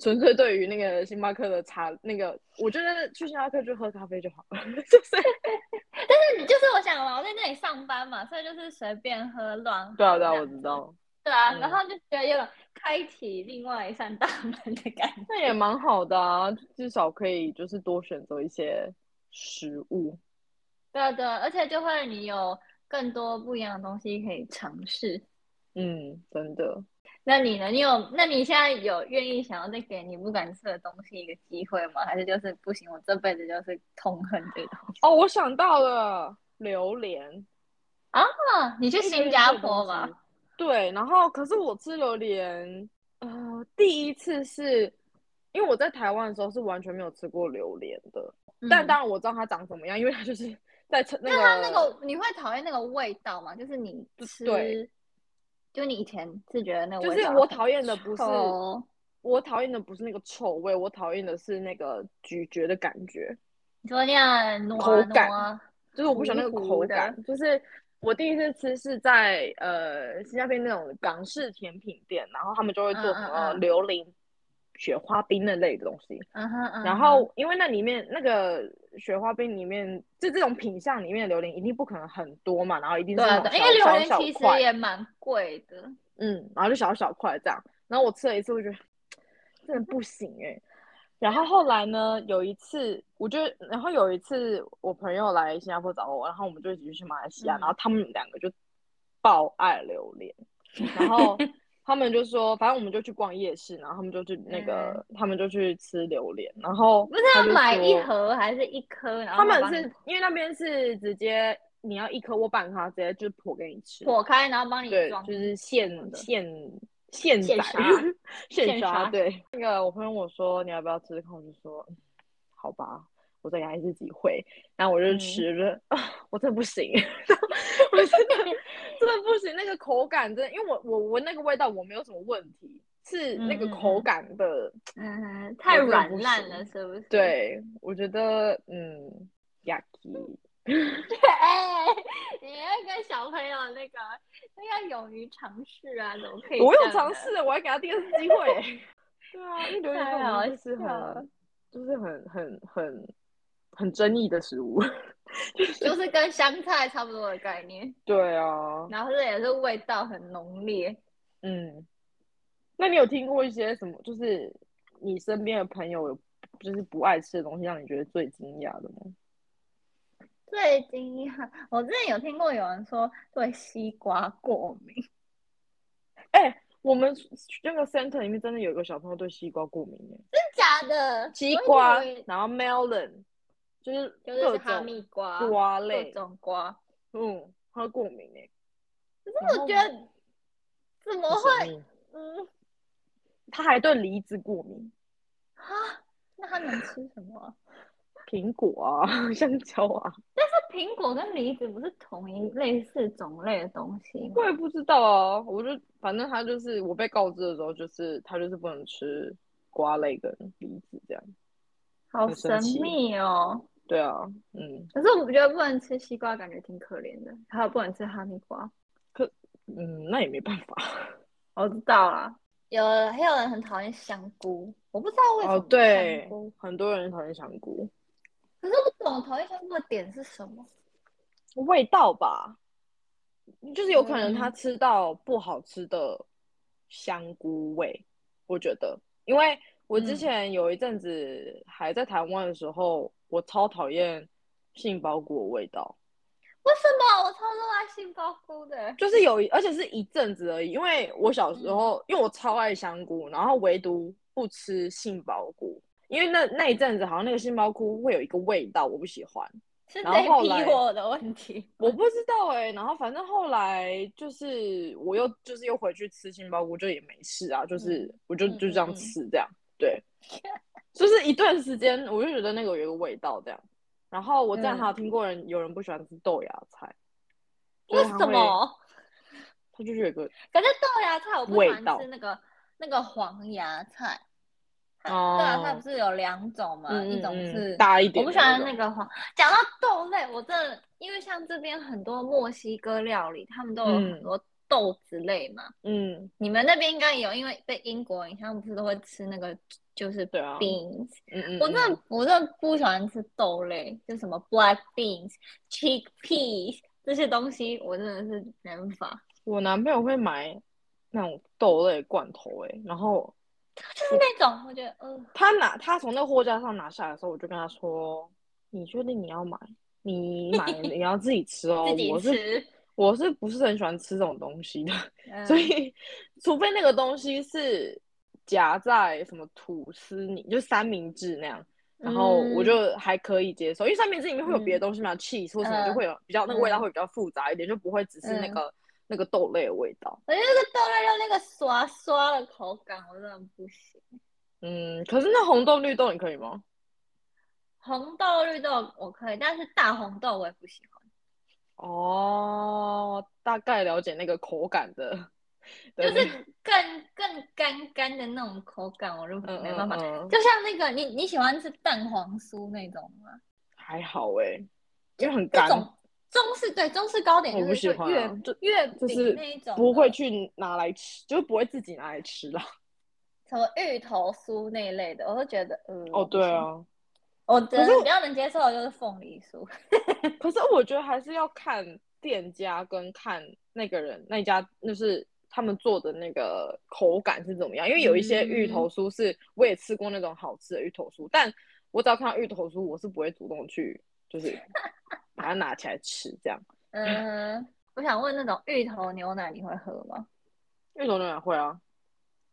[SPEAKER 1] 纯粹对于那个星巴克的茶，那个我觉得去星巴克就喝咖啡就好了， 就是
[SPEAKER 2] 那就是我想嘛，我在那里上班嘛，所以就是随便喝乱喝。
[SPEAKER 1] 对啊对啊，
[SPEAKER 2] 这
[SPEAKER 1] 我
[SPEAKER 2] 样
[SPEAKER 1] 知道，
[SPEAKER 2] 对啊，
[SPEAKER 1] 嗯
[SPEAKER 2] 然后就觉得有种开启另外一扇大门的感 觉。
[SPEAKER 1] 那也蛮好的啊，至少可以就是多选择一些食物，
[SPEAKER 2] 对啊对啊，而且就会你有更多不一样的东西可以尝试。
[SPEAKER 1] 嗯，真的。
[SPEAKER 2] 那你呢？你有？那你现在有愿意想要再给你不敢吃的东西一个机会吗？还是就是不行，我这辈子就是痛恨这个东西
[SPEAKER 1] 哦，我想到了，榴莲。
[SPEAKER 2] 啊？你去新加坡吧？
[SPEAKER 1] 对，然后可是我吃榴莲，呃，第一次是因为我在台湾的时候是完全没有吃过榴莲的，但
[SPEAKER 2] 嗯
[SPEAKER 1] 当然我知道它长什么样，因为它就是 在吃那
[SPEAKER 2] 那它那
[SPEAKER 1] 个
[SPEAKER 2] 个你会讨厌那个味道吗？就是你
[SPEAKER 1] 对
[SPEAKER 2] 吃，就你以前是觉得那个
[SPEAKER 1] 就
[SPEAKER 2] 味
[SPEAKER 1] 是
[SPEAKER 2] 道哦
[SPEAKER 1] 我
[SPEAKER 2] 很
[SPEAKER 1] 讨厌的不是
[SPEAKER 2] 臭，
[SPEAKER 1] 我讨厌的不是那个臭味，我讨厌的是那个咀嚼的感觉，
[SPEAKER 2] 你说那样挪
[SPEAKER 1] 口
[SPEAKER 2] 啊挪
[SPEAKER 1] 感
[SPEAKER 2] 啊
[SPEAKER 1] 就是我不喜欢那个
[SPEAKER 2] 糊糊
[SPEAKER 1] 口
[SPEAKER 2] 的
[SPEAKER 1] 感。就是我第一次吃是在呃新加坡那种港式甜品店，然后他们就会
[SPEAKER 2] 嗯
[SPEAKER 1] 做
[SPEAKER 2] 嗯
[SPEAKER 1] 什么
[SPEAKER 2] 嗯
[SPEAKER 1] 榴莲雪花冰那类的东西。
[SPEAKER 2] 嗯哼嗯
[SPEAKER 1] 然
[SPEAKER 2] 哼
[SPEAKER 1] 后，因为那里面那个雪花冰里面，就这种品相里面的榴莲一定不可能很多嘛，然后一定是
[SPEAKER 2] 对啊
[SPEAKER 1] 那种
[SPEAKER 2] 对，
[SPEAKER 1] 小
[SPEAKER 2] 因为榴
[SPEAKER 1] 小
[SPEAKER 2] 莲
[SPEAKER 1] 小
[SPEAKER 2] 其实
[SPEAKER 1] 块，
[SPEAKER 2] 也蛮贵的，
[SPEAKER 1] 嗯，然后就小小块这样。然后我吃了一次，我觉得真的不行哎、然后后来呢，有一次，我就，然后有一次我朋友来新加坡找我，然后我们就一起去马来西亚，
[SPEAKER 2] 嗯
[SPEAKER 1] 然后他们两个就爆爱榴 莲，然后他们就说，反正我们就去逛夜市，然后他们就去那个，他们就去吃榴莲，然后
[SPEAKER 2] 嗯不是
[SPEAKER 1] 他
[SPEAKER 2] 要
[SPEAKER 1] 就
[SPEAKER 2] 买一
[SPEAKER 1] 说
[SPEAKER 2] 盒还是一颗？然后
[SPEAKER 1] 他们
[SPEAKER 2] 帮你
[SPEAKER 1] 是因为那边是直接你要一颗或半颗，直接就剖给你吃，
[SPEAKER 2] 破开，然后帮你
[SPEAKER 1] 对，
[SPEAKER 2] 装
[SPEAKER 1] 就是现
[SPEAKER 2] 什么的
[SPEAKER 1] 现现宰
[SPEAKER 2] 现杀
[SPEAKER 1] 现
[SPEAKER 2] 现
[SPEAKER 1] 杀。
[SPEAKER 2] 杀
[SPEAKER 1] 对，那个我朋友问我说你要不要吃吃看，我就说嗯好吧，我再给他一次机会。然后我就
[SPEAKER 2] 嗯
[SPEAKER 1] 吃了，啊 我真的不行， 我 真的真的不行，那个口感真的，因为我我闻那个味道我没有什么问题，是那个
[SPEAKER 2] 嗯嗯
[SPEAKER 1] 口
[SPEAKER 2] 嗯
[SPEAKER 1] 感的，
[SPEAKER 2] 嗯，太
[SPEAKER 1] 我真的
[SPEAKER 2] 软
[SPEAKER 1] 不
[SPEAKER 2] 烂
[SPEAKER 1] 行
[SPEAKER 2] 了，是不是？，
[SPEAKER 1] 对我觉得嗯，yaki。
[SPEAKER 2] 哎，你要跟小朋友那个，那要勇于尝试啊，怎么可以？
[SPEAKER 1] 我有尝，试，我还给他第二次机会 欸。对啊，因为榴莲
[SPEAKER 2] 太
[SPEAKER 1] 对我
[SPEAKER 2] 好
[SPEAKER 1] 们就是
[SPEAKER 2] 笑了
[SPEAKER 1] 很，就是很很很很争议的食物。
[SPEAKER 2] 就是跟香菜差不多的概念，
[SPEAKER 1] 对啊，
[SPEAKER 2] 然后这也是味道很浓烈。
[SPEAKER 1] 嗯，那你有听过一些什么？就是你身边的朋友有就是不爱吃的东西，让你觉得最惊讶的吗？
[SPEAKER 2] 最惊讶，我之前有听过有人说对西瓜过敏，
[SPEAKER 1] 哎、我们那个 center 里面真的有一个小朋友对西瓜过敏耶，
[SPEAKER 2] 真假的？
[SPEAKER 1] 西
[SPEAKER 2] 我以
[SPEAKER 1] 瓜
[SPEAKER 2] 为，
[SPEAKER 1] 然后 melon，就是
[SPEAKER 2] 就是
[SPEAKER 1] 各
[SPEAKER 2] 哈
[SPEAKER 1] 种
[SPEAKER 2] 密瓜、
[SPEAKER 1] 瓜
[SPEAKER 2] 各
[SPEAKER 1] 类，
[SPEAKER 2] 种瓜。
[SPEAKER 1] 嗯，他会过敏哎，
[SPEAKER 2] 可
[SPEAKER 1] 然
[SPEAKER 2] 是
[SPEAKER 1] 后
[SPEAKER 2] 我觉得怎么
[SPEAKER 1] 很神
[SPEAKER 2] 会？
[SPEAKER 1] 秘
[SPEAKER 2] 嗯，
[SPEAKER 1] 他还对梨子过敏，
[SPEAKER 2] 啊，那他能吃什么啊？
[SPEAKER 1] 苹果啊， 香蕉啊，
[SPEAKER 2] 那苹果跟梨子不是同一类似种类的东西吗？
[SPEAKER 1] 我也不知道啊。我就反正他就是我被告知的时候，就是他就是不能吃瓜类跟梨子这样。
[SPEAKER 2] 好
[SPEAKER 1] 很神
[SPEAKER 2] 神
[SPEAKER 1] 奇
[SPEAKER 2] 秘哦。
[SPEAKER 1] 对啊，嗯
[SPEAKER 2] 可是我觉得不能吃西瓜，感觉挺可怜的。还有不能吃哈密瓜，
[SPEAKER 1] 嗯，那也没办法。
[SPEAKER 2] 我知道啦。有还有人很讨厌香菇，我不知道为什么
[SPEAKER 1] 哦，
[SPEAKER 2] 香
[SPEAKER 1] 对
[SPEAKER 2] 菇。，
[SPEAKER 1] 很多人讨厌香菇，
[SPEAKER 2] 可是我不懂讨厌香菇的点是什么。
[SPEAKER 1] 味道吧，就是有可能他
[SPEAKER 2] 嗯
[SPEAKER 1] 吃到不好吃的香菇味，我觉得，因为我之
[SPEAKER 2] 嗯
[SPEAKER 1] 前有一阵子还在台湾的时候，我超讨厌杏鲍菇的味道。
[SPEAKER 2] 为什么我超热爱杏鲍菇的？
[SPEAKER 1] 就是有一，而且是一阵子而已。因为我小
[SPEAKER 2] 嗯
[SPEAKER 1] 时候，因为我超爱香菇，然后唯独不吃杏鲍菇，因为那那一阵子好像那个杏鲍菇会有一个味道，我不喜欢。
[SPEAKER 2] 是
[SPEAKER 1] 然后
[SPEAKER 2] 谁
[SPEAKER 1] 后
[SPEAKER 2] 逼
[SPEAKER 1] 来
[SPEAKER 2] 我的 问题？
[SPEAKER 1] 我不知道哎、然后反正后来就是我又就是又回去吃杏鲍菇，就也没事啊，就是我就
[SPEAKER 2] 嗯
[SPEAKER 1] 就这
[SPEAKER 2] 嗯
[SPEAKER 1] 样
[SPEAKER 2] 嗯
[SPEAKER 1] 吃这样，对，就是一段时间我就觉得那个有一个味道这样。然后我之
[SPEAKER 2] 嗯
[SPEAKER 1] 前还有听过人有人不喜欢吃豆芽菜，就
[SPEAKER 2] 为
[SPEAKER 1] 是他啊
[SPEAKER 2] 什
[SPEAKER 1] 会？
[SPEAKER 2] 么？
[SPEAKER 1] 他就是有一个
[SPEAKER 2] 可是豆芽菜我不喜
[SPEAKER 1] 味
[SPEAKER 2] 欢
[SPEAKER 1] 道
[SPEAKER 2] 吃那个那个黄芽菜，它
[SPEAKER 1] 哦
[SPEAKER 2] 豆芽菜不是有两种吗？
[SPEAKER 1] 嗯
[SPEAKER 2] 一种
[SPEAKER 1] 嗯嗯
[SPEAKER 2] 是
[SPEAKER 1] 大一
[SPEAKER 2] 我
[SPEAKER 1] 点
[SPEAKER 2] 不
[SPEAKER 1] 的
[SPEAKER 2] 喜欢
[SPEAKER 1] 那
[SPEAKER 2] 那
[SPEAKER 1] 种
[SPEAKER 2] 个黄。讲到豆类，我真的因为像这边很多墨西哥料理，他们都有
[SPEAKER 1] 嗯
[SPEAKER 2] 很多豆子类嘛。
[SPEAKER 1] 嗯
[SPEAKER 2] 你们那边应该也有，因为被英国影响，不是都会吃那个就是
[SPEAKER 1] 对啊
[SPEAKER 2] beans。
[SPEAKER 1] 嗯嗯，
[SPEAKER 2] 我真
[SPEAKER 1] 嗯
[SPEAKER 2] 的我真的不喜欢吃豆类，就什么 black beans、chickpeas 这些东西，我真的是没办法。
[SPEAKER 1] 我男朋友会买那种豆类罐头、欸，然后
[SPEAKER 2] 就是那种我觉得，嗯、
[SPEAKER 1] 他拿他从那个货架上拿下来的时候，我就跟他说：“你确定你要买？你买你要自己吃哦，
[SPEAKER 2] 自己
[SPEAKER 1] 我是
[SPEAKER 2] 吃，
[SPEAKER 1] 我是不是很喜欢吃这种东西的？
[SPEAKER 2] 嗯
[SPEAKER 1] 所以，除非那个东西是夹在什么吐司里，就三明治那样，然后
[SPEAKER 2] 嗯
[SPEAKER 1] 我就还可以接受，因为三明治里面会有别的东西嘛、c h e e s e 或什么就
[SPEAKER 2] 嗯
[SPEAKER 1] 会有比较那个味道会比较复杂一点，就不会只是那
[SPEAKER 2] 嗯
[SPEAKER 1] 个、那个豆类的味道。
[SPEAKER 2] 我觉得那个豆类肉那个刷刷的口感，我真的不行。
[SPEAKER 1] 嗯，可是那红豆绿豆你可以吗？
[SPEAKER 2] 红豆绿豆我可以，但是大红豆我也不喜欢。
[SPEAKER 1] 哦，大概了解那个口感的，
[SPEAKER 2] 就
[SPEAKER 1] 的那个
[SPEAKER 2] 是更更干干的那种口感，我就
[SPEAKER 1] 嗯
[SPEAKER 2] 没办法。
[SPEAKER 1] 嗯嗯
[SPEAKER 2] 就像那个你你喜欢吃蛋黄酥那种吗？
[SPEAKER 1] 还好哎、因为很
[SPEAKER 2] 那
[SPEAKER 1] 干，
[SPEAKER 2] 种中式对中式糕点
[SPEAKER 1] 我
[SPEAKER 2] 就
[SPEAKER 1] 不
[SPEAKER 2] 是
[SPEAKER 1] 喜
[SPEAKER 2] 就
[SPEAKER 1] 欢
[SPEAKER 2] 月
[SPEAKER 1] 啊就
[SPEAKER 2] 月
[SPEAKER 1] 就是
[SPEAKER 2] 饼那一种的，
[SPEAKER 1] 不会去拿来吃，就不会自己拿来吃啦。
[SPEAKER 2] 什么芋头酥那一类的，我都觉得嗯。
[SPEAKER 1] 哦，对啊，
[SPEAKER 2] 我不行，我
[SPEAKER 1] 可是
[SPEAKER 2] 真的比较能接受的就是凤梨酥。
[SPEAKER 1] 可是我觉得还是要看店家跟看那个人那家，就是他们做的那个口感是怎么样。因为有一些芋头酥是我也吃过那种好吃的芋头酥，但我只要看到芋头酥，我是不会主动去就是 把它拿起来吃这样。
[SPEAKER 2] 嗯，我想问那种芋头牛奶你会喝吗？
[SPEAKER 1] 芋头牛奶会啊，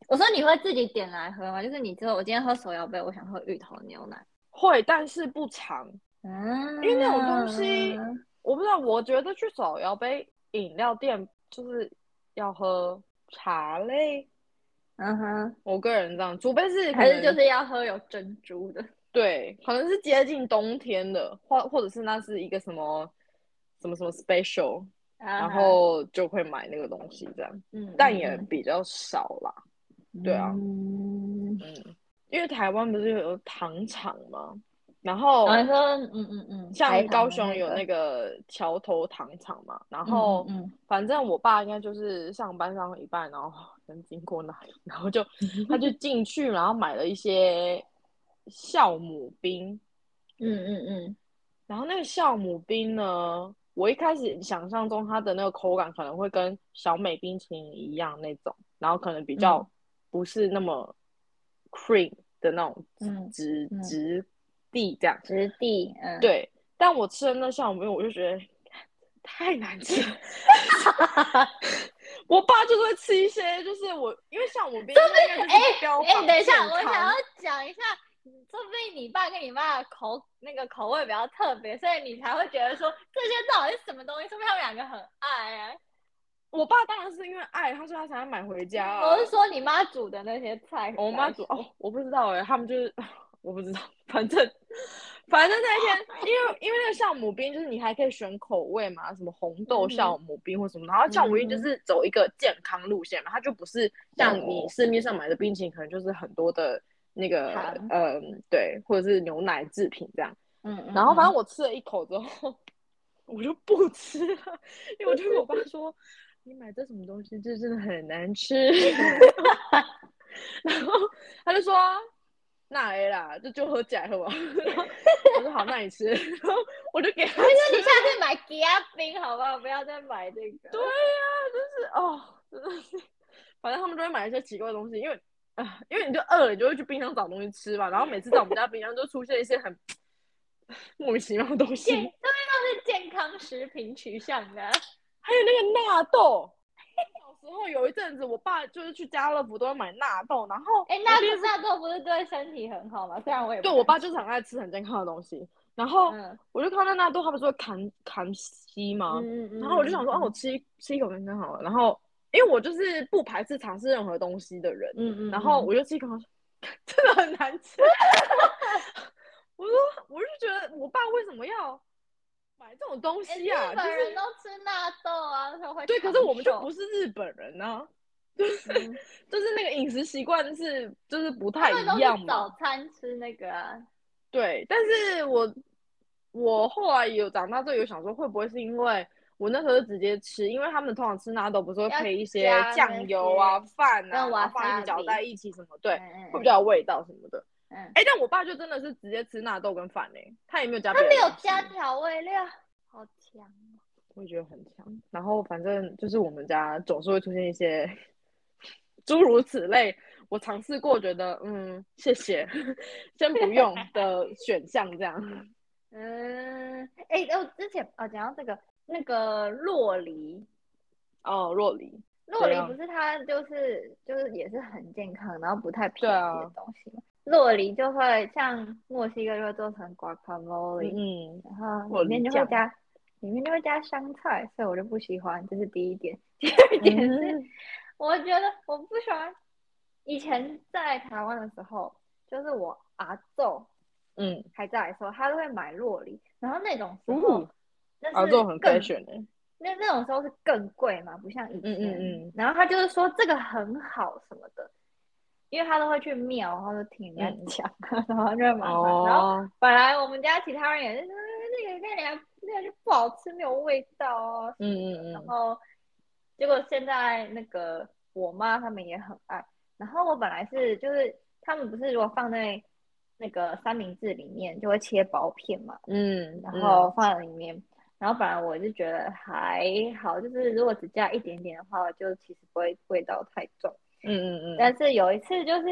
[SPEAKER 2] 我说你会自己点来喝吗？就是你知道我今天喝手摇杯，我想喝芋头牛奶。
[SPEAKER 1] 会，但是不常。
[SPEAKER 2] 嗯，
[SPEAKER 1] 因为那种东西我不知道，我觉得去手摇杯饮料店就是要喝茶类，
[SPEAKER 2] 嗯哼，
[SPEAKER 1] 我个人这样，除非是可
[SPEAKER 2] 还是
[SPEAKER 1] 能
[SPEAKER 2] 就是要喝有珍珠的。
[SPEAKER 1] 对，可能是接近冬天的，或或者是那是一个什么什么什么 special，
[SPEAKER 2] 然
[SPEAKER 1] 然，后就会买那个东西这样，
[SPEAKER 2] 啊嗯
[SPEAKER 1] 但也比较少啦。对啊
[SPEAKER 2] 嗯，
[SPEAKER 1] 嗯，因为台湾不是有糖厂吗？然后
[SPEAKER 2] 我说，嗯嗯
[SPEAKER 1] 哦
[SPEAKER 2] 嗯，台
[SPEAKER 1] 像
[SPEAKER 2] 糖
[SPEAKER 1] 高
[SPEAKER 2] 的
[SPEAKER 1] 雄有那
[SPEAKER 2] 那
[SPEAKER 1] 个桥头糖厂嘛，然
[SPEAKER 2] 个，
[SPEAKER 1] 后
[SPEAKER 2] 嗯嗯
[SPEAKER 1] 反正我爸应该就是上班上到一半，然后能经过那里，然 后就他就进去，然后买了一些酵母冰。
[SPEAKER 2] 嗯嗯嗯
[SPEAKER 1] 然后那个酵母冰呢，我一开始想象中它的那个口感可能会跟小美冰淇淋一样那种，然后可能比较
[SPEAKER 2] 嗯
[SPEAKER 1] 不是那么 cream 的那种
[SPEAKER 2] 嗯
[SPEAKER 1] 质
[SPEAKER 2] 嗯
[SPEAKER 1] 质地这样。
[SPEAKER 2] 质地，嗯，，
[SPEAKER 1] 对，但我吃了那酵母冰，我就觉得太难吃 了。我爸就是会吃一些，就是我因为酵母冰那个就是标
[SPEAKER 2] 哎、
[SPEAKER 1] 榜
[SPEAKER 2] 等一下，
[SPEAKER 1] 健
[SPEAKER 2] 我想
[SPEAKER 1] 康
[SPEAKER 2] 要讲一下，说不定你爸跟你妈的口那个口味比较特别，所以你才会觉得说这些到底是什么东西，说明他们两个很爱啊。
[SPEAKER 1] 我爸当然是因为爱，他说他才买回家啊、
[SPEAKER 2] 我是说你妈煮的那些菜，
[SPEAKER 1] 我妈煮哦，我不知道哎、他们就是 我不知道，反正反正那一天，因为因为那个酵母冰就是你还可以选口味嘛，什么红豆
[SPEAKER 2] 嗯哼
[SPEAKER 1] 酵母冰或什么，然后酵母冰就
[SPEAKER 2] 嗯
[SPEAKER 1] 是走一个健康路线嘛，它就不是像你市面上买的冰淇淋，可能就是很多的那个
[SPEAKER 2] 糖
[SPEAKER 1] 嗯对，或者是牛奶制品这样。
[SPEAKER 2] 嗯，嗯，
[SPEAKER 1] 然后反正我吃了一口之后， 我就不吃了，因为我就跟我爸说，你买这什么东西，这真的很难吃。 然后他就说，那 A 啦，这就喝起来喝吧。然后我说好，那你吃。然后我就给他吃，
[SPEAKER 2] 那你下次买吉亚冰好不好？不要再买这个。
[SPEAKER 1] 对呀、啊就是哦，真的是，反正他们都会买一些奇怪的东西，因为啊、因为你就饿了，你就会去冰箱找东西吃嘛。然后每次在我们家冰箱就出现一些很 莫名其妙的东西。
[SPEAKER 2] 健，这边都是健康食品取向的啊。
[SPEAKER 1] 还有那个纳豆。 小时候有一阵子，我爸就是去家乐福都会买纳豆，然后
[SPEAKER 2] 哎，那不那豆不是对身体很好吗？虽然我也不
[SPEAKER 1] 对我爸就是很爱吃很健康的东西，然后
[SPEAKER 2] 敢吃，嗯
[SPEAKER 1] 我就看到纳豆，他不是会砍砍丝吗？
[SPEAKER 2] 嗯嗯，
[SPEAKER 1] 然后我就想说，哦、我吃一吃一口看看好了。然后因为我就是不排斥尝试任何东西的人，
[SPEAKER 2] 嗯嗯，
[SPEAKER 1] 然后我就吃一口， 真的很难吃。 我说，我就觉得我爸为什么要买这种东
[SPEAKER 2] 哎，
[SPEAKER 1] 西
[SPEAKER 2] 日
[SPEAKER 1] 啊？就
[SPEAKER 2] 本
[SPEAKER 1] 是
[SPEAKER 2] 人都吃纳豆啊，说会
[SPEAKER 1] 对，可是我们就
[SPEAKER 2] 长
[SPEAKER 1] 不
[SPEAKER 2] 寿
[SPEAKER 1] 是日本人啊呢、
[SPEAKER 2] 嗯
[SPEAKER 1] 就是那个饮食习惯是就是不太
[SPEAKER 2] 他们
[SPEAKER 1] 一
[SPEAKER 2] 都
[SPEAKER 1] 样
[SPEAKER 2] 是早
[SPEAKER 1] 嘛。
[SPEAKER 2] 餐吃那个啊，
[SPEAKER 1] 对，但是我我后来有长大之后有想说，会不会是因为我那时候就直接吃，因为他们通常吃纳豆不是会
[SPEAKER 2] 要
[SPEAKER 1] 配一些
[SPEAKER 2] 加那
[SPEAKER 1] 酱油啊、
[SPEAKER 2] 些
[SPEAKER 1] 饭啊，
[SPEAKER 2] 跟
[SPEAKER 1] 然后放一起搅
[SPEAKER 2] wasabi
[SPEAKER 1] 在一起什么，对，
[SPEAKER 2] 嗯，
[SPEAKER 1] 会比较有味道什么的。
[SPEAKER 2] 嗯嗯，
[SPEAKER 1] 哎、但我爸就真的是直接吃纳豆跟饭呢、他也没有加
[SPEAKER 2] 他
[SPEAKER 1] 别的
[SPEAKER 2] 没有
[SPEAKER 1] 东西
[SPEAKER 2] 加调味料，好强哦。
[SPEAKER 1] 我也觉得很强。然后反正就是我们家总是会出现一些 诸如此类，我尝试过，觉得嗯，谢谢，先不用 的选项这样。
[SPEAKER 2] 嗯，哎、欸，我之前哦，讲到这个，那个洛梨，
[SPEAKER 1] 哦，洛梨，
[SPEAKER 2] 洛梨
[SPEAKER 1] 怎样
[SPEAKER 2] 不是它就是就是也是很健康，然后不太
[SPEAKER 1] 对
[SPEAKER 2] 便
[SPEAKER 1] 啊
[SPEAKER 2] 宜的东西嘛。洛梨就会像墨西哥就会做成
[SPEAKER 1] 嗯
[SPEAKER 2] guacamole，
[SPEAKER 1] 嗯，
[SPEAKER 2] 然后
[SPEAKER 1] 洛
[SPEAKER 2] 里面
[SPEAKER 1] 梨
[SPEAKER 2] 就会
[SPEAKER 1] 酱
[SPEAKER 2] 加里面就会加香菜，所以我就不喜欢，这是第一点。 第二点是
[SPEAKER 1] 嗯
[SPEAKER 2] 我觉得我不喜欢。以前在台湾的时候，就是我阿昼
[SPEAKER 1] 嗯，
[SPEAKER 2] 还在的时候，他都会买洛梨，然后那种时候
[SPEAKER 1] 哦，
[SPEAKER 2] 那
[SPEAKER 1] 啊，
[SPEAKER 2] 是
[SPEAKER 1] 这种很
[SPEAKER 2] 更
[SPEAKER 1] fashion 欸
[SPEAKER 2] 那那种时候是更贵嘛，不像以前。
[SPEAKER 1] 嗯嗯嗯
[SPEAKER 2] 然后他就是说这个很好什么的，因为他都会去庙，然后就听人家讲，然后就会买回来。然后
[SPEAKER 1] 嗯哦，
[SPEAKER 2] 本来我们家其他人也是说嗯那个那个那个就不好吃，没有味道哦。
[SPEAKER 1] 嗯嗯
[SPEAKER 2] 然
[SPEAKER 1] 嗯，
[SPEAKER 2] 后结果现在那个我妈他们也很爱。然后我本来是就是他们不是如果放在那个三明治里面就会切薄片嘛，
[SPEAKER 1] 嗯，
[SPEAKER 2] 然
[SPEAKER 1] 嗯
[SPEAKER 2] 后放在里面。然后本来我就觉得还好，就是如果只加一点点的话，就其实不会味道太重。
[SPEAKER 1] 嗯嗯嗯，
[SPEAKER 2] 但是有一次，就是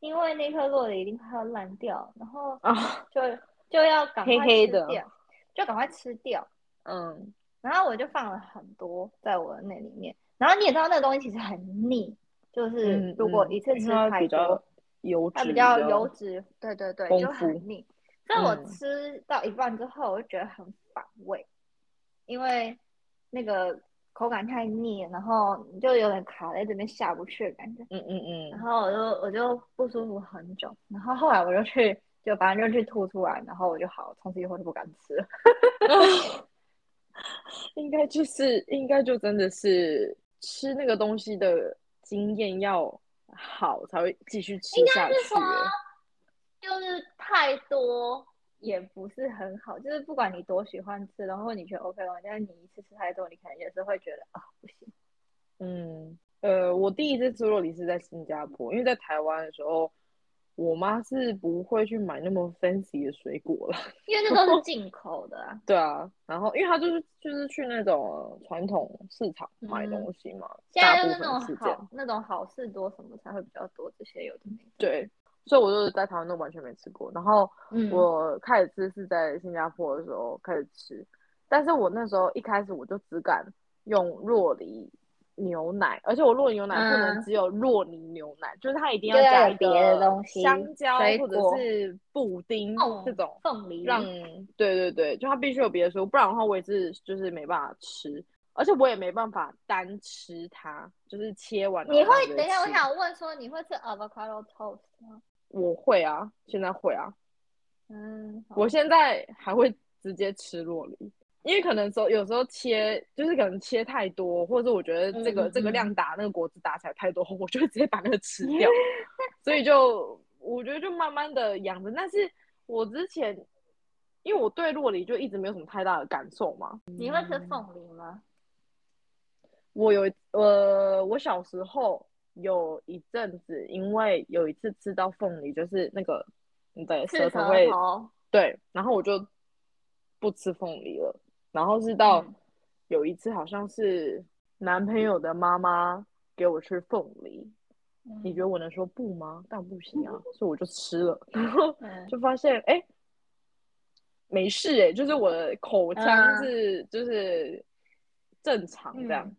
[SPEAKER 2] 因为那颗落梨一定快要烂掉，然后
[SPEAKER 1] 啊，
[SPEAKER 2] 就就要赶快
[SPEAKER 1] 黑黑
[SPEAKER 2] 吃
[SPEAKER 1] 的
[SPEAKER 2] 掉，就赶快吃掉。
[SPEAKER 1] 嗯，
[SPEAKER 2] 然后我就放了很多在我的那里面。然后你也知道，那个东西其实很腻，就是
[SPEAKER 1] 嗯
[SPEAKER 2] 如果
[SPEAKER 1] 嗯
[SPEAKER 2] 一次吃
[SPEAKER 1] 因为它
[SPEAKER 2] 太
[SPEAKER 1] 比较
[SPEAKER 2] 多，
[SPEAKER 1] 油脂
[SPEAKER 2] 它比较油脂，对对对，
[SPEAKER 1] 丰
[SPEAKER 2] 就
[SPEAKER 1] 富
[SPEAKER 2] 很腻。所以我
[SPEAKER 1] 嗯
[SPEAKER 2] 吃到一半之后，我就觉得很反胃，因为那个口感太腻，然后你就有点卡在这边下不去的感觉。
[SPEAKER 1] 嗯嗯嗯，
[SPEAKER 2] 然后我就我就不舒服很久，然后后来我就去，就反正就去吐出来，然后我就好，从此以后就不敢吃了。
[SPEAKER 1] 应该就是应该就真的是吃那个东西的经验要好才会继续吃下去
[SPEAKER 2] 是说啊
[SPEAKER 1] 欸。
[SPEAKER 2] 就是太多也不是很好，就是不管你多喜欢吃，然后你觉得 OK 了，但是你一次吃太多，你可能也是会觉得 啊、不行。
[SPEAKER 1] 嗯，呃，我第一次吃洛梨是在新加坡，因为在台湾的时候，我妈是不会去买那么 fancy 的水果啦。
[SPEAKER 2] 因为那都是进口 的啊。
[SPEAKER 1] 对啊，然后因为她就是就是去那种传统市场买
[SPEAKER 2] 嗯
[SPEAKER 1] 东西嘛，
[SPEAKER 2] 现
[SPEAKER 1] 大
[SPEAKER 2] 在就
[SPEAKER 1] 部
[SPEAKER 2] 是那
[SPEAKER 1] 分
[SPEAKER 2] 种
[SPEAKER 1] 是这样。
[SPEAKER 2] 好那种好事多什么才会比较多，这些有的没的。
[SPEAKER 1] 对，所以我就是在台湾都完全没吃过。然后
[SPEAKER 2] 嗯
[SPEAKER 1] 我开始吃是在新加坡的时候开始吃，但是我那时候一开始我就只敢用若梨牛奶，而且我若梨牛奶不能
[SPEAKER 2] 嗯
[SPEAKER 1] 只有若梨牛奶，就是它一定
[SPEAKER 2] 就要
[SPEAKER 1] 加
[SPEAKER 2] 有
[SPEAKER 1] 一
[SPEAKER 2] 别
[SPEAKER 1] 个
[SPEAKER 2] 的东西
[SPEAKER 1] 香蕉
[SPEAKER 2] 水
[SPEAKER 1] 或者
[SPEAKER 2] 果
[SPEAKER 1] 是布丁
[SPEAKER 2] 哦嗯
[SPEAKER 1] 这种，
[SPEAKER 2] 凤梨
[SPEAKER 1] 让对对对，就它必须有别的食物，不然的话我也是就是没办法吃。而且我也没办法单吃它，就是切完。
[SPEAKER 2] 你
[SPEAKER 1] 然后
[SPEAKER 2] 会
[SPEAKER 1] 直接
[SPEAKER 2] 等一下，我
[SPEAKER 1] 吃
[SPEAKER 2] 想问说你会吃 avocado toast 吗？
[SPEAKER 1] 我会啊，现在会啊，
[SPEAKER 2] 嗯，好
[SPEAKER 1] 我现在还会直接吃洛梨，因为可能时候有时候切，就是可能切太多，或者是我觉得这个、
[SPEAKER 2] 嗯嗯
[SPEAKER 1] 这个
[SPEAKER 2] 嗯
[SPEAKER 1] 量打那个果子打起来太多，我就会直接把那个吃 掉，所以就我觉得就慢慢的养着。但是我之前因为我对洛梨就一直没有什么太大的感受嘛，
[SPEAKER 2] 你会吃凤梨吗？
[SPEAKER 1] 我有呃，我小时候有一阵子，因为有一次吃到凤梨，就是那个你的
[SPEAKER 2] 吃
[SPEAKER 1] 舌
[SPEAKER 2] 舌
[SPEAKER 1] 头会。
[SPEAKER 2] 头，
[SPEAKER 1] 对，然后我就不吃凤梨了。然后是到
[SPEAKER 2] 嗯
[SPEAKER 1] 有一次，好像是男朋友的妈妈给我吃凤梨，你觉得我能说不吗？但不行啊，所以我就吃了，然后
[SPEAKER 2] 嗯
[SPEAKER 1] 就发现哎，诶没事哎，就是我的口腔
[SPEAKER 2] 嗯
[SPEAKER 1] 是就是正常这样，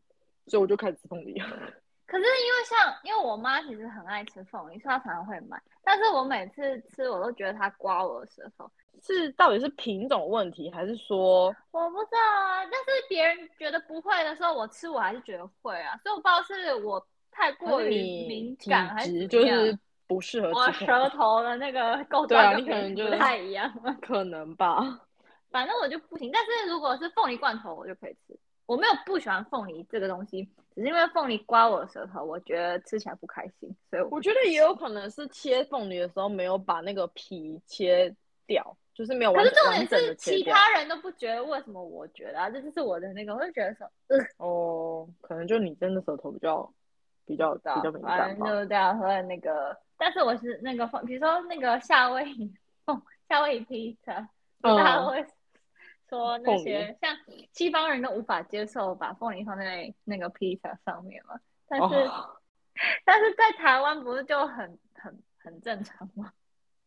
[SPEAKER 1] 所以我就开始吃凤梨了。
[SPEAKER 2] 可是因为像，因为我妈其实很爱吃凤梨，所以她常常会买。但是我每次吃，我都觉得它刮我的舌头，
[SPEAKER 1] 是到底是品种问题，还是说
[SPEAKER 2] 我不知道啊。但是别人觉得不会的时候，我吃我还是觉得会啊，所以我不知道是我太过
[SPEAKER 1] 还是
[SPEAKER 2] 于
[SPEAKER 1] 你
[SPEAKER 2] 敏
[SPEAKER 1] 体
[SPEAKER 2] 感还
[SPEAKER 1] 质
[SPEAKER 2] 是
[SPEAKER 1] 就
[SPEAKER 2] 怎样
[SPEAKER 1] 是不适合
[SPEAKER 2] 我
[SPEAKER 1] 吃凤梨？
[SPEAKER 2] 舌头的 那个构
[SPEAKER 1] 对啊
[SPEAKER 2] 造
[SPEAKER 1] 你
[SPEAKER 2] 跟
[SPEAKER 1] 可能
[SPEAKER 2] 别人
[SPEAKER 1] 就
[SPEAKER 2] 不太一样。
[SPEAKER 1] 可能吧。
[SPEAKER 2] 反正我就不行。但是如果是凤梨罐头，我就可以吃。我没有不喜欢凤梨这个东西，只是因为凤梨刮我的舌头，我觉得吃起来不开心，所以我
[SPEAKER 1] 我觉得也有可能是切凤梨的时候没有把那个皮切掉，就是没有
[SPEAKER 2] 可
[SPEAKER 1] 完
[SPEAKER 2] 是重
[SPEAKER 1] 完
[SPEAKER 2] 点
[SPEAKER 1] 整的
[SPEAKER 2] 是，
[SPEAKER 1] 切
[SPEAKER 2] 其
[SPEAKER 1] 掉。
[SPEAKER 2] 他人都不觉得，为什么我觉得啊？这就是我的那个，我就觉得说，呃，
[SPEAKER 1] 哦，可能就你真的舌头比较比较
[SPEAKER 2] 知道
[SPEAKER 1] 比较敏
[SPEAKER 2] 啊反
[SPEAKER 1] 感
[SPEAKER 2] 正
[SPEAKER 1] 吧。嗯
[SPEAKER 2] 就是这样。和那个，但是我是那个凤，比如说那个夏威夷凤，夏威夷披萨，大家
[SPEAKER 1] 嗯，
[SPEAKER 2] 会说那些像西方人都无法接受把凤梨放在那个披萨上面嘛。但是、
[SPEAKER 1] 哦，
[SPEAKER 2] 但是在台湾不是就很很很正常吗？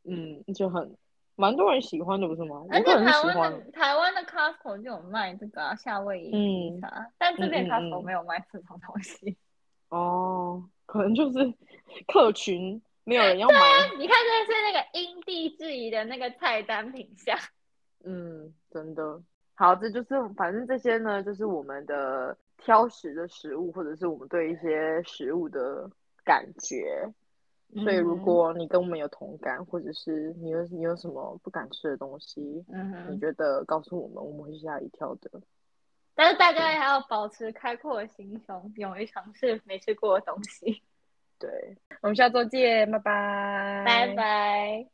[SPEAKER 1] 嗯，就很蛮多人喜欢的，不是吗？我
[SPEAKER 2] 而且
[SPEAKER 1] 个人是
[SPEAKER 2] 台
[SPEAKER 1] 喜欢
[SPEAKER 2] 湾
[SPEAKER 1] 的。
[SPEAKER 2] 的台湾的 Costco 就有卖这个啊、夏威夷
[SPEAKER 1] 嗯
[SPEAKER 2] 披萨，啊但这边
[SPEAKER 1] 嗯嗯
[SPEAKER 2] Costco
[SPEAKER 1] 嗯
[SPEAKER 2] 没有卖这种东西。
[SPEAKER 1] 哦，可能就是 客群没有人
[SPEAKER 2] 啊
[SPEAKER 1] 要买。
[SPEAKER 2] 你看，这是那个因地制宜的那个菜单品相。
[SPEAKER 1] 嗯，真的。好，这就是反正这些呢，就是我们的挑食的食物，或者是我们对一些食物的感觉。所以，如果你跟我们有同感，或者是你有你有什么不敢吃的东西，
[SPEAKER 2] 嗯
[SPEAKER 1] 你
[SPEAKER 2] 哼，
[SPEAKER 1] 觉得告诉我们，我们会吓一跳的。
[SPEAKER 2] 但是大家还要保持开阔的心胸，勇于尝试没吃过的东西。
[SPEAKER 1] 对，我们下周见，拜拜，
[SPEAKER 2] 拜拜。